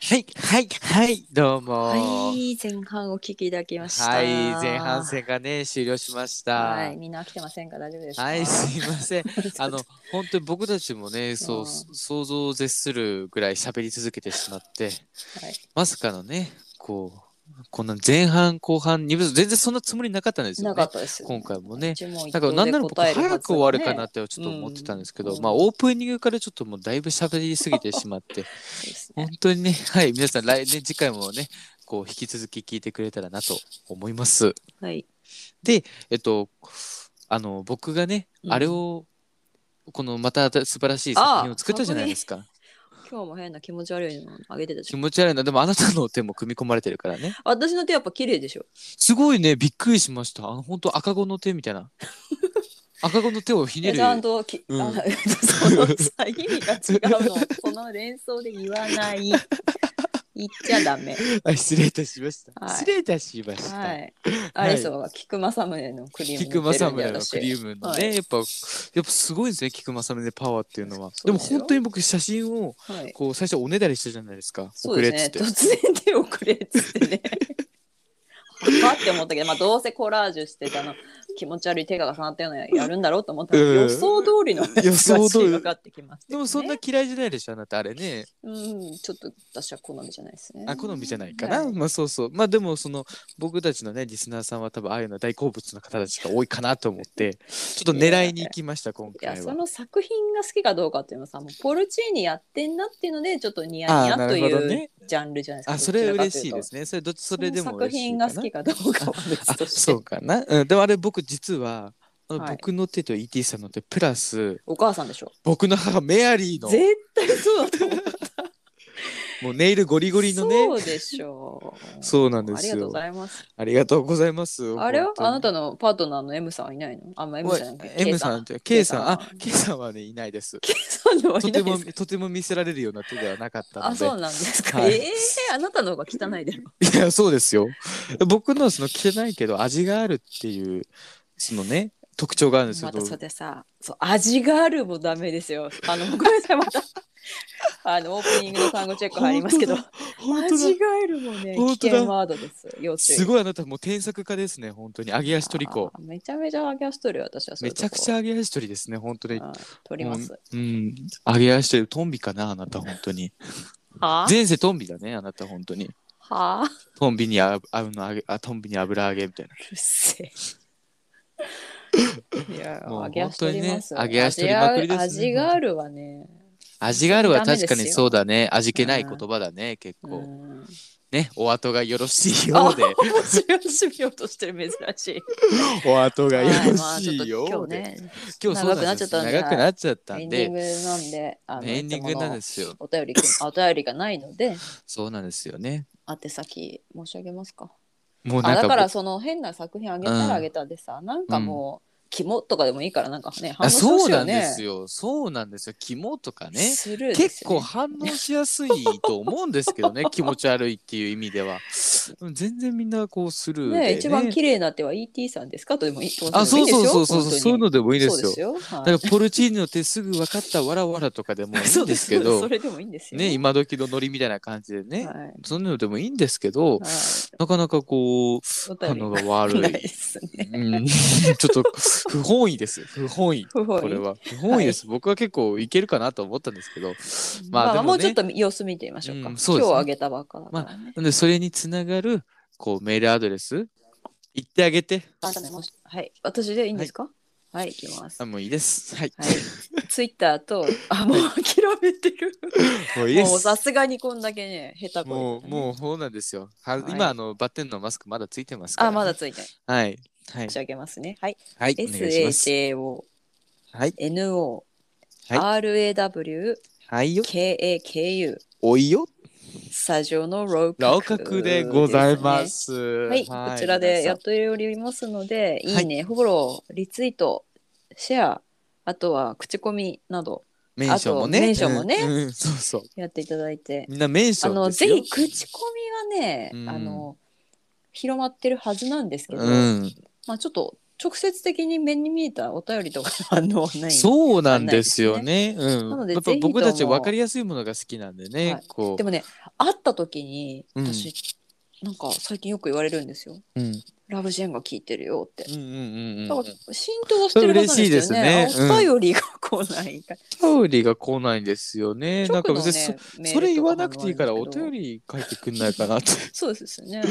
Speaker 1: はい、はい、はい、どうも。
Speaker 2: はい前半お聞きいただきました
Speaker 1: はい、前半戦がね、終了しました。
Speaker 2: はいみんな飽きてませんか大丈夫ですか
Speaker 1: はい、すいま
Speaker 2: [LAUGHS]
Speaker 1: せん。あの、本当に僕たちもね、そうう、
Speaker 2: ん
Speaker 1: 想像を絶するぐらい喋り続けてしまって、
Speaker 2: はい
Speaker 1: まさかのね、こう、こんな前半、後半、二部全然そんなつもりなかったんですよ
Speaker 2: なか
Speaker 1: ね
Speaker 2: っ。たです
Speaker 1: 今回もね
Speaker 2: 一問一
Speaker 1: なんか、
Speaker 2: 答
Speaker 1: なん
Speaker 2: で
Speaker 1: なら僕、
Speaker 2: 答え
Speaker 1: 早
Speaker 2: るはずがね
Speaker 1: く終わるかなってちょっと思ってたんですけど、
Speaker 2: うん
Speaker 1: まあ、オープニングからちょっともうだいぶ喋りすぎてしま
Speaker 2: [LAUGHS]
Speaker 1: って、
Speaker 2: そうですね
Speaker 1: 本当にね、はい、皆さん、来年、次回もね、こう、引き続き聞いてくれたらなと思います。
Speaker 2: はい
Speaker 1: えっと、あの、僕がね、
Speaker 2: うん
Speaker 1: あれを、このまた素晴らしい作品を作ったじゃないですか。
Speaker 2: 今日も変な気持ち悪いのあげてたし
Speaker 1: 気持ち悪いな。でもあなたの手も組み込まれてるからね。
Speaker 2: 私の手やっぱ綺麗でしょ
Speaker 1: すごいね、びっくりしました。あの、本当赤子の手みたい
Speaker 2: [LAUGHS]
Speaker 1: な。赤子の手をひね
Speaker 2: え
Speaker 1: る。
Speaker 2: ちゃんとき、
Speaker 1: うん
Speaker 2: あそのさ意味が違
Speaker 1: [LAUGHS]
Speaker 2: うのその連想で言わない言っちゃダメ
Speaker 1: あ失礼いたしました。
Speaker 2: はい
Speaker 1: 失礼いたしました。
Speaker 2: はいあれそうは菊間サムネのクリーム
Speaker 1: 菊間サムネの
Speaker 2: 私
Speaker 1: クリームのね、
Speaker 2: はい
Speaker 1: やっぱ、やっぱすごいですね、菊間サムネパワーっていうのは。
Speaker 2: そ
Speaker 1: で
Speaker 2: う
Speaker 1: も
Speaker 2: ですよ
Speaker 1: 本当に僕、写真を、
Speaker 2: はい
Speaker 1: こう、最初おねだりしたじゃないですか。
Speaker 2: そうですね
Speaker 1: 遅れっつって。
Speaker 2: 突然手遅れっつってねはって思ったけど、まあ、どうせコラージュしてたの気持ち悪い手が重なったようなやるんだろうと思ったら、
Speaker 1: うん
Speaker 2: 予想通りの
Speaker 1: 予想
Speaker 2: [LAUGHS]
Speaker 1: 通り
Speaker 2: がかってきました
Speaker 1: で
Speaker 2: よね、
Speaker 1: もそんな嫌いじゃないでしょ、あなた。あれね。
Speaker 2: うんちょっと私は好みじゃないですね
Speaker 1: あ好みじゃないかな、
Speaker 2: はい
Speaker 1: まあそうそうまあでもその僕たちのねリスナーさんは多分ああいうの大好物の方たちが多いかなと思ってちょっと狙いに行きました今
Speaker 2: いや
Speaker 1: 回
Speaker 2: そ
Speaker 1: は。
Speaker 2: の作品が好きかどうかっていうのはさもうポルチーニやってんなっていうのでちょっとニヤニ
Speaker 1: あー
Speaker 2: ヤ
Speaker 1: な
Speaker 2: と
Speaker 1: るほど
Speaker 2: い
Speaker 1: ね
Speaker 2: うジャンルじゃないですか。。
Speaker 1: あそれは嬉しいですすねそれどっちそ
Speaker 2: そ
Speaker 1: れ
Speaker 2: れ
Speaker 1: で
Speaker 2: で
Speaker 1: も
Speaker 2: も作
Speaker 1: 嬉しい
Speaker 2: 品
Speaker 1: か
Speaker 2: が
Speaker 1: な
Speaker 2: 好きかどうかは別
Speaker 1: あ
Speaker 2: として
Speaker 1: そうかな、うん、でもあれ僕実はあの
Speaker 2: はい
Speaker 1: 僕の手と ET さんの手プラス
Speaker 2: お母さんでしょ。
Speaker 1: 僕の母メアリーの
Speaker 2: 絶対そうだと思う。
Speaker 1: もうネイルゴリゴリの
Speaker 2: そ
Speaker 1: ね
Speaker 2: うでしょう。
Speaker 1: そうなんですよ
Speaker 2: ありがとうございます。
Speaker 1: ありがとうございます
Speaker 2: あれは
Speaker 1: 本当に
Speaker 2: あなたのパートナーの M さんはいないの？あんま M さんじゃなくて
Speaker 1: M さんっ。て K さんあ K さんはねいないです
Speaker 2: K さん K さんのはい
Speaker 1: と
Speaker 2: な
Speaker 1: て
Speaker 2: いで
Speaker 1: も
Speaker 2: すか。
Speaker 1: とても見せられるような手ではなかったので
Speaker 2: あそうなんですか。
Speaker 1: はい
Speaker 2: ええあなたの方が汚いでしょ。
Speaker 1: いや、そうですよ。僕のはその着てないけど味があるっていう、そのね、特徴があるんですよ。
Speaker 2: また
Speaker 1: どう
Speaker 2: それさそう味があるもダメですよあのごめんなさいま
Speaker 1: [LAUGHS]
Speaker 2: たあのオープニングの単語チェック入りますけど
Speaker 1: 本本当だ
Speaker 2: 味。があるもね危
Speaker 1: 本当だ
Speaker 2: 険ワードです要注意
Speaker 1: すごいあなたもう添削家ですね、本当に。揚げ足取り子。
Speaker 2: あーめちゃめちゃ揚げ足取るよ私はそう
Speaker 1: め
Speaker 2: いうと
Speaker 1: ち
Speaker 2: こ
Speaker 1: ゃくちゃ揚げ足取りですね、本当に。
Speaker 2: うん取ります
Speaker 1: うん。揚げ足取り、トンビかな、あなた、本当に。
Speaker 2: はあ
Speaker 1: 前世トンビだね、あなた、本当に。
Speaker 2: はあうる
Speaker 1: トンビにああの揚げあ、トンビに油揚げみたいな。
Speaker 2: せ
Speaker 1: [LAUGHS]
Speaker 2: えいや
Speaker 1: もう
Speaker 2: 揚げ足取りますよ
Speaker 1: 本当にね揚げ足取りまくりですね
Speaker 2: 味が味があるはね
Speaker 1: 味があるは
Speaker 2: ダメで
Speaker 1: 確
Speaker 2: すよ
Speaker 1: かにそうだね。味気ない言葉だね、結
Speaker 2: う
Speaker 1: 構。
Speaker 2: ん
Speaker 1: ね、お後がよろしいようで。
Speaker 2: 面白いとしてる珍しい
Speaker 1: お後がよ
Speaker 2: はい
Speaker 1: ろ
Speaker 2: まあち
Speaker 1: し
Speaker 2: ょっと
Speaker 1: いようで。
Speaker 2: 今日ね
Speaker 1: 今日そうなんですよ長
Speaker 2: 長
Speaker 1: く
Speaker 2: く
Speaker 1: な
Speaker 2: な
Speaker 1: っちゃった
Speaker 2: エ
Speaker 1: ん
Speaker 2: ンディ
Speaker 1: で
Speaker 2: ングなんで、あの。
Speaker 1: エンディングなんですすよ
Speaker 2: お
Speaker 1: [LAUGHS]
Speaker 2: 便り、あお便りがないので、
Speaker 1: そうなんですよね
Speaker 2: 宛先申し上げますか。
Speaker 1: もう
Speaker 2: あ
Speaker 1: なん
Speaker 2: だ
Speaker 1: か
Speaker 2: から
Speaker 1: 僕
Speaker 2: その変な作品あげた
Speaker 1: うん
Speaker 2: らあげたでさ、なんかもう、肝とかでもいいからなんかね、
Speaker 1: あ
Speaker 2: 反応してほ
Speaker 1: そ
Speaker 2: し
Speaker 1: う
Speaker 2: い
Speaker 1: な
Speaker 2: よ
Speaker 1: んで
Speaker 2: ね。
Speaker 1: すよそうなんですよ肝とかね
Speaker 2: スルーで
Speaker 1: 結
Speaker 2: すよね
Speaker 1: 構反応しやすいと思うんですけ
Speaker 2: [LAUGHS]
Speaker 1: どね気持ち悪いっていう意味ではうん全然みんなこうスルーで、
Speaker 2: ね
Speaker 1: ね、
Speaker 2: 一番綺麗な手は E.T. さんですかとでもいい。
Speaker 1: あそうそうそうそうそういうの
Speaker 2: で
Speaker 1: でもい
Speaker 2: い
Speaker 1: い
Speaker 2: いで
Speaker 1: ですすよ
Speaker 2: よ本当にそうです
Speaker 1: だ
Speaker 2: よ。はい
Speaker 1: からポルチーニの手すぐ分かったわらわらとかで [LAUGHS] もいいんですけ
Speaker 2: [LAUGHS] そうですそ
Speaker 1: ど
Speaker 2: うですそれでもいいんですよ。
Speaker 1: ね今時のノリみたいな感じで
Speaker 2: はい
Speaker 1: ね、
Speaker 2: はい。
Speaker 1: そんなのでもいいんですけど、なかなかこう
Speaker 2: お便
Speaker 1: 反
Speaker 2: り
Speaker 1: 応
Speaker 2: が
Speaker 1: が悪
Speaker 2: [LAUGHS] ないいですね。
Speaker 1: うんちょっと不本意です。不本意。
Speaker 2: 不本意
Speaker 1: これは不本意です。僕は結構いけるかなと思ったんですけど、まあ
Speaker 2: ま
Speaker 1: で
Speaker 2: あ
Speaker 1: もね
Speaker 2: もうちょっと様子見てみましょうか。
Speaker 1: うん
Speaker 2: 今
Speaker 1: そう
Speaker 2: 日
Speaker 1: ですね
Speaker 2: あげたばっかだからね。
Speaker 1: なんでそれにつながるこうメールアドレス言ってあげて。
Speaker 2: はい、私でいいんですか。はい、いきます。
Speaker 1: あ
Speaker 2: は
Speaker 1: もういいです。はい。
Speaker 2: い、ツイッターと、あ、もう諦めてる。
Speaker 1: もういいで
Speaker 2: もう
Speaker 1: す
Speaker 2: さ。すがにこんだけね、下手こい
Speaker 1: も
Speaker 2: と
Speaker 1: う
Speaker 2: ね
Speaker 1: もうそうなんですよ。は
Speaker 2: はい
Speaker 1: 今あのバッテンのマスクまだついてますから。
Speaker 2: あ、まだ。ついてな
Speaker 1: は
Speaker 2: い。
Speaker 1: いはい
Speaker 2: 申し上げますね。はい、
Speaker 1: はいお
Speaker 2: S.
Speaker 1: 願いしま
Speaker 2: H.
Speaker 1: す。
Speaker 2: A. O.
Speaker 1: はい
Speaker 2: N. O. RAWKAKU
Speaker 1: はいよ。おいよ。
Speaker 2: スタジオのロ
Speaker 1: 老
Speaker 2: ー
Speaker 1: 角でございますす。
Speaker 2: ね。はい、こちらでやっておりますので、いいね、フォロー、リツイート、シェア、あとは口コミなど
Speaker 1: メンションもね。
Speaker 2: あとメンションもね
Speaker 1: うんうんそうそう。
Speaker 2: やっていただいて、
Speaker 1: みんなメンシ
Speaker 2: あ
Speaker 1: ョン
Speaker 2: の
Speaker 1: です
Speaker 2: ぜ
Speaker 1: よ。
Speaker 2: ひ口コミはね、
Speaker 1: うん
Speaker 2: あの広まってるはずなんですけど、
Speaker 1: うん。
Speaker 2: まあちょっと直接的に目に見えたお便りとか [LAUGHS] の反応はない。
Speaker 1: そうなんですよね。うん。
Speaker 2: なので
Speaker 1: やっぱ
Speaker 2: ぜひとも
Speaker 1: 僕たち分かりやすいものが好きなんでね。
Speaker 2: はい
Speaker 1: こ
Speaker 2: でもね、会った時に
Speaker 1: うん
Speaker 2: 私、なんか最近よく言われるんですよ。
Speaker 1: う。うん。
Speaker 2: ラブジェンが聞いてるよって。
Speaker 1: うんうんうん
Speaker 2: だ
Speaker 1: う
Speaker 2: か
Speaker 1: ん。
Speaker 2: ら浸透はしてるはずなんで
Speaker 1: そ
Speaker 2: すよね。
Speaker 1: れ嬉しいですね
Speaker 2: あお便りが来ないから。
Speaker 1: お便りが来ないんですよね。なんか別にそ,、それ言わなくていいからお便
Speaker 2: り。
Speaker 1: り書いてくんないかなって。
Speaker 2: そうです
Speaker 1: [LAUGHS]
Speaker 2: よね。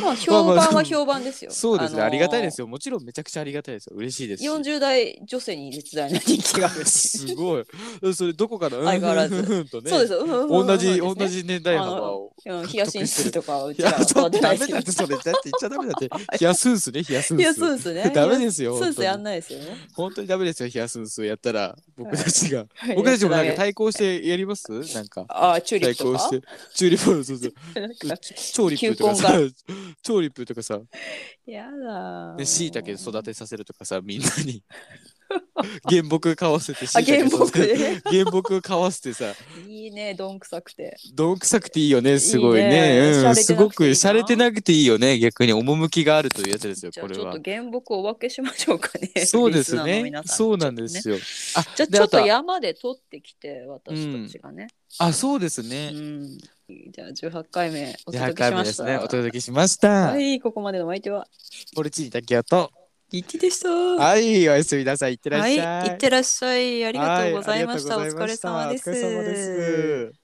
Speaker 2: まあ評判は評判 [LAUGHS] ですよ。
Speaker 1: そうですね、ありがたいです
Speaker 2: よ。
Speaker 1: よ。もちろんめちゃくちゃありがたいですよ。嬉しいです。
Speaker 2: 40代女性に絶大な人気があるし。
Speaker 1: [LAUGHS] すごい。それどこかの
Speaker 2: [LAUGHS] 相変わらず
Speaker 1: うんうんうんとね。
Speaker 2: そうです
Speaker 1: す。
Speaker 2: よ。
Speaker 1: 同じ、
Speaker 2: うんうんうん
Speaker 1: 同。じ年代幅を。
Speaker 2: うん、冷やしんすとかはう
Speaker 1: い
Speaker 2: ちら
Speaker 1: や、
Speaker 2: は
Speaker 1: そ
Speaker 2: 育
Speaker 1: う
Speaker 2: て
Speaker 1: ダ
Speaker 2: な
Speaker 1: メ
Speaker 2: いです
Speaker 1: だって、そ
Speaker 2: よ
Speaker 1: れ。だって言っちゃダメだって。
Speaker 2: [LAUGHS]
Speaker 1: 冷やすんすね、冷やすん
Speaker 2: いや、
Speaker 1: す。。
Speaker 2: そうですね
Speaker 1: ダメですよ
Speaker 2: そうですね。や
Speaker 1: 本当
Speaker 2: ん
Speaker 1: に
Speaker 2: ないですよね。
Speaker 1: 本当にダメですよ、冷やすんすやったら、僕たちが。
Speaker 2: はい
Speaker 1: 僕たちもなんか
Speaker 2: やっちゃダメ
Speaker 1: 対抗してやりますなんか。
Speaker 2: ああ、チューリッ
Speaker 1: 対
Speaker 2: プと
Speaker 1: 抗
Speaker 2: か
Speaker 1: して。チューリップ、そうそう。
Speaker 2: なんか
Speaker 1: チョーリップとかさ、 [LAUGHS] チョーリップとかさ、
Speaker 2: やだー。
Speaker 1: ね、椎茸育てさせるとかさ、みんなに [LAUGHS] 原木買わせて
Speaker 2: あ、
Speaker 1: 椎
Speaker 2: 原
Speaker 1: 茸
Speaker 2: 木
Speaker 1: 育てて
Speaker 2: で。
Speaker 1: 原木買わせてさ、
Speaker 2: いいね、どんくさくて。
Speaker 1: どんくさくていいよね、すごいね。
Speaker 2: いいね
Speaker 1: うん、
Speaker 2: 洒落てなくていいな
Speaker 1: すごく洒落てなくていいよね、逆に趣があるというやつですよ、
Speaker 2: じゃ
Speaker 1: こ
Speaker 2: あ
Speaker 1: れ
Speaker 2: ちょっ
Speaker 1: は
Speaker 2: と。原木をお分けしましょうかね。
Speaker 1: [LAUGHS] そうで
Speaker 2: リス
Speaker 1: す
Speaker 2: ナーの
Speaker 1: ね
Speaker 2: 皆。さ
Speaker 1: そうなんですよ。あ、
Speaker 2: じゃあ
Speaker 1: で
Speaker 2: ちょっと
Speaker 1: あ
Speaker 2: 山で取ってきて、私たちがね。
Speaker 1: あ、そうです
Speaker 2: う
Speaker 1: ね。
Speaker 2: ん。じゃあ18回目お
Speaker 1: じゃあ、
Speaker 2: 届けし
Speaker 1: 回目
Speaker 2: ま
Speaker 1: で
Speaker 2: し
Speaker 1: す
Speaker 2: た。
Speaker 1: ね。お届けしました。
Speaker 2: はい、ここまでのお相手は、
Speaker 1: ポルチーニ竹雄と。
Speaker 2: ギッティでした。
Speaker 1: はい、おやすみなさい。いってらっ
Speaker 2: はい、
Speaker 1: しゃい。
Speaker 2: いってらっしゃい。あ
Speaker 1: あ
Speaker 2: りがとうございました。お疲れ様です。
Speaker 1: お疲れ様です。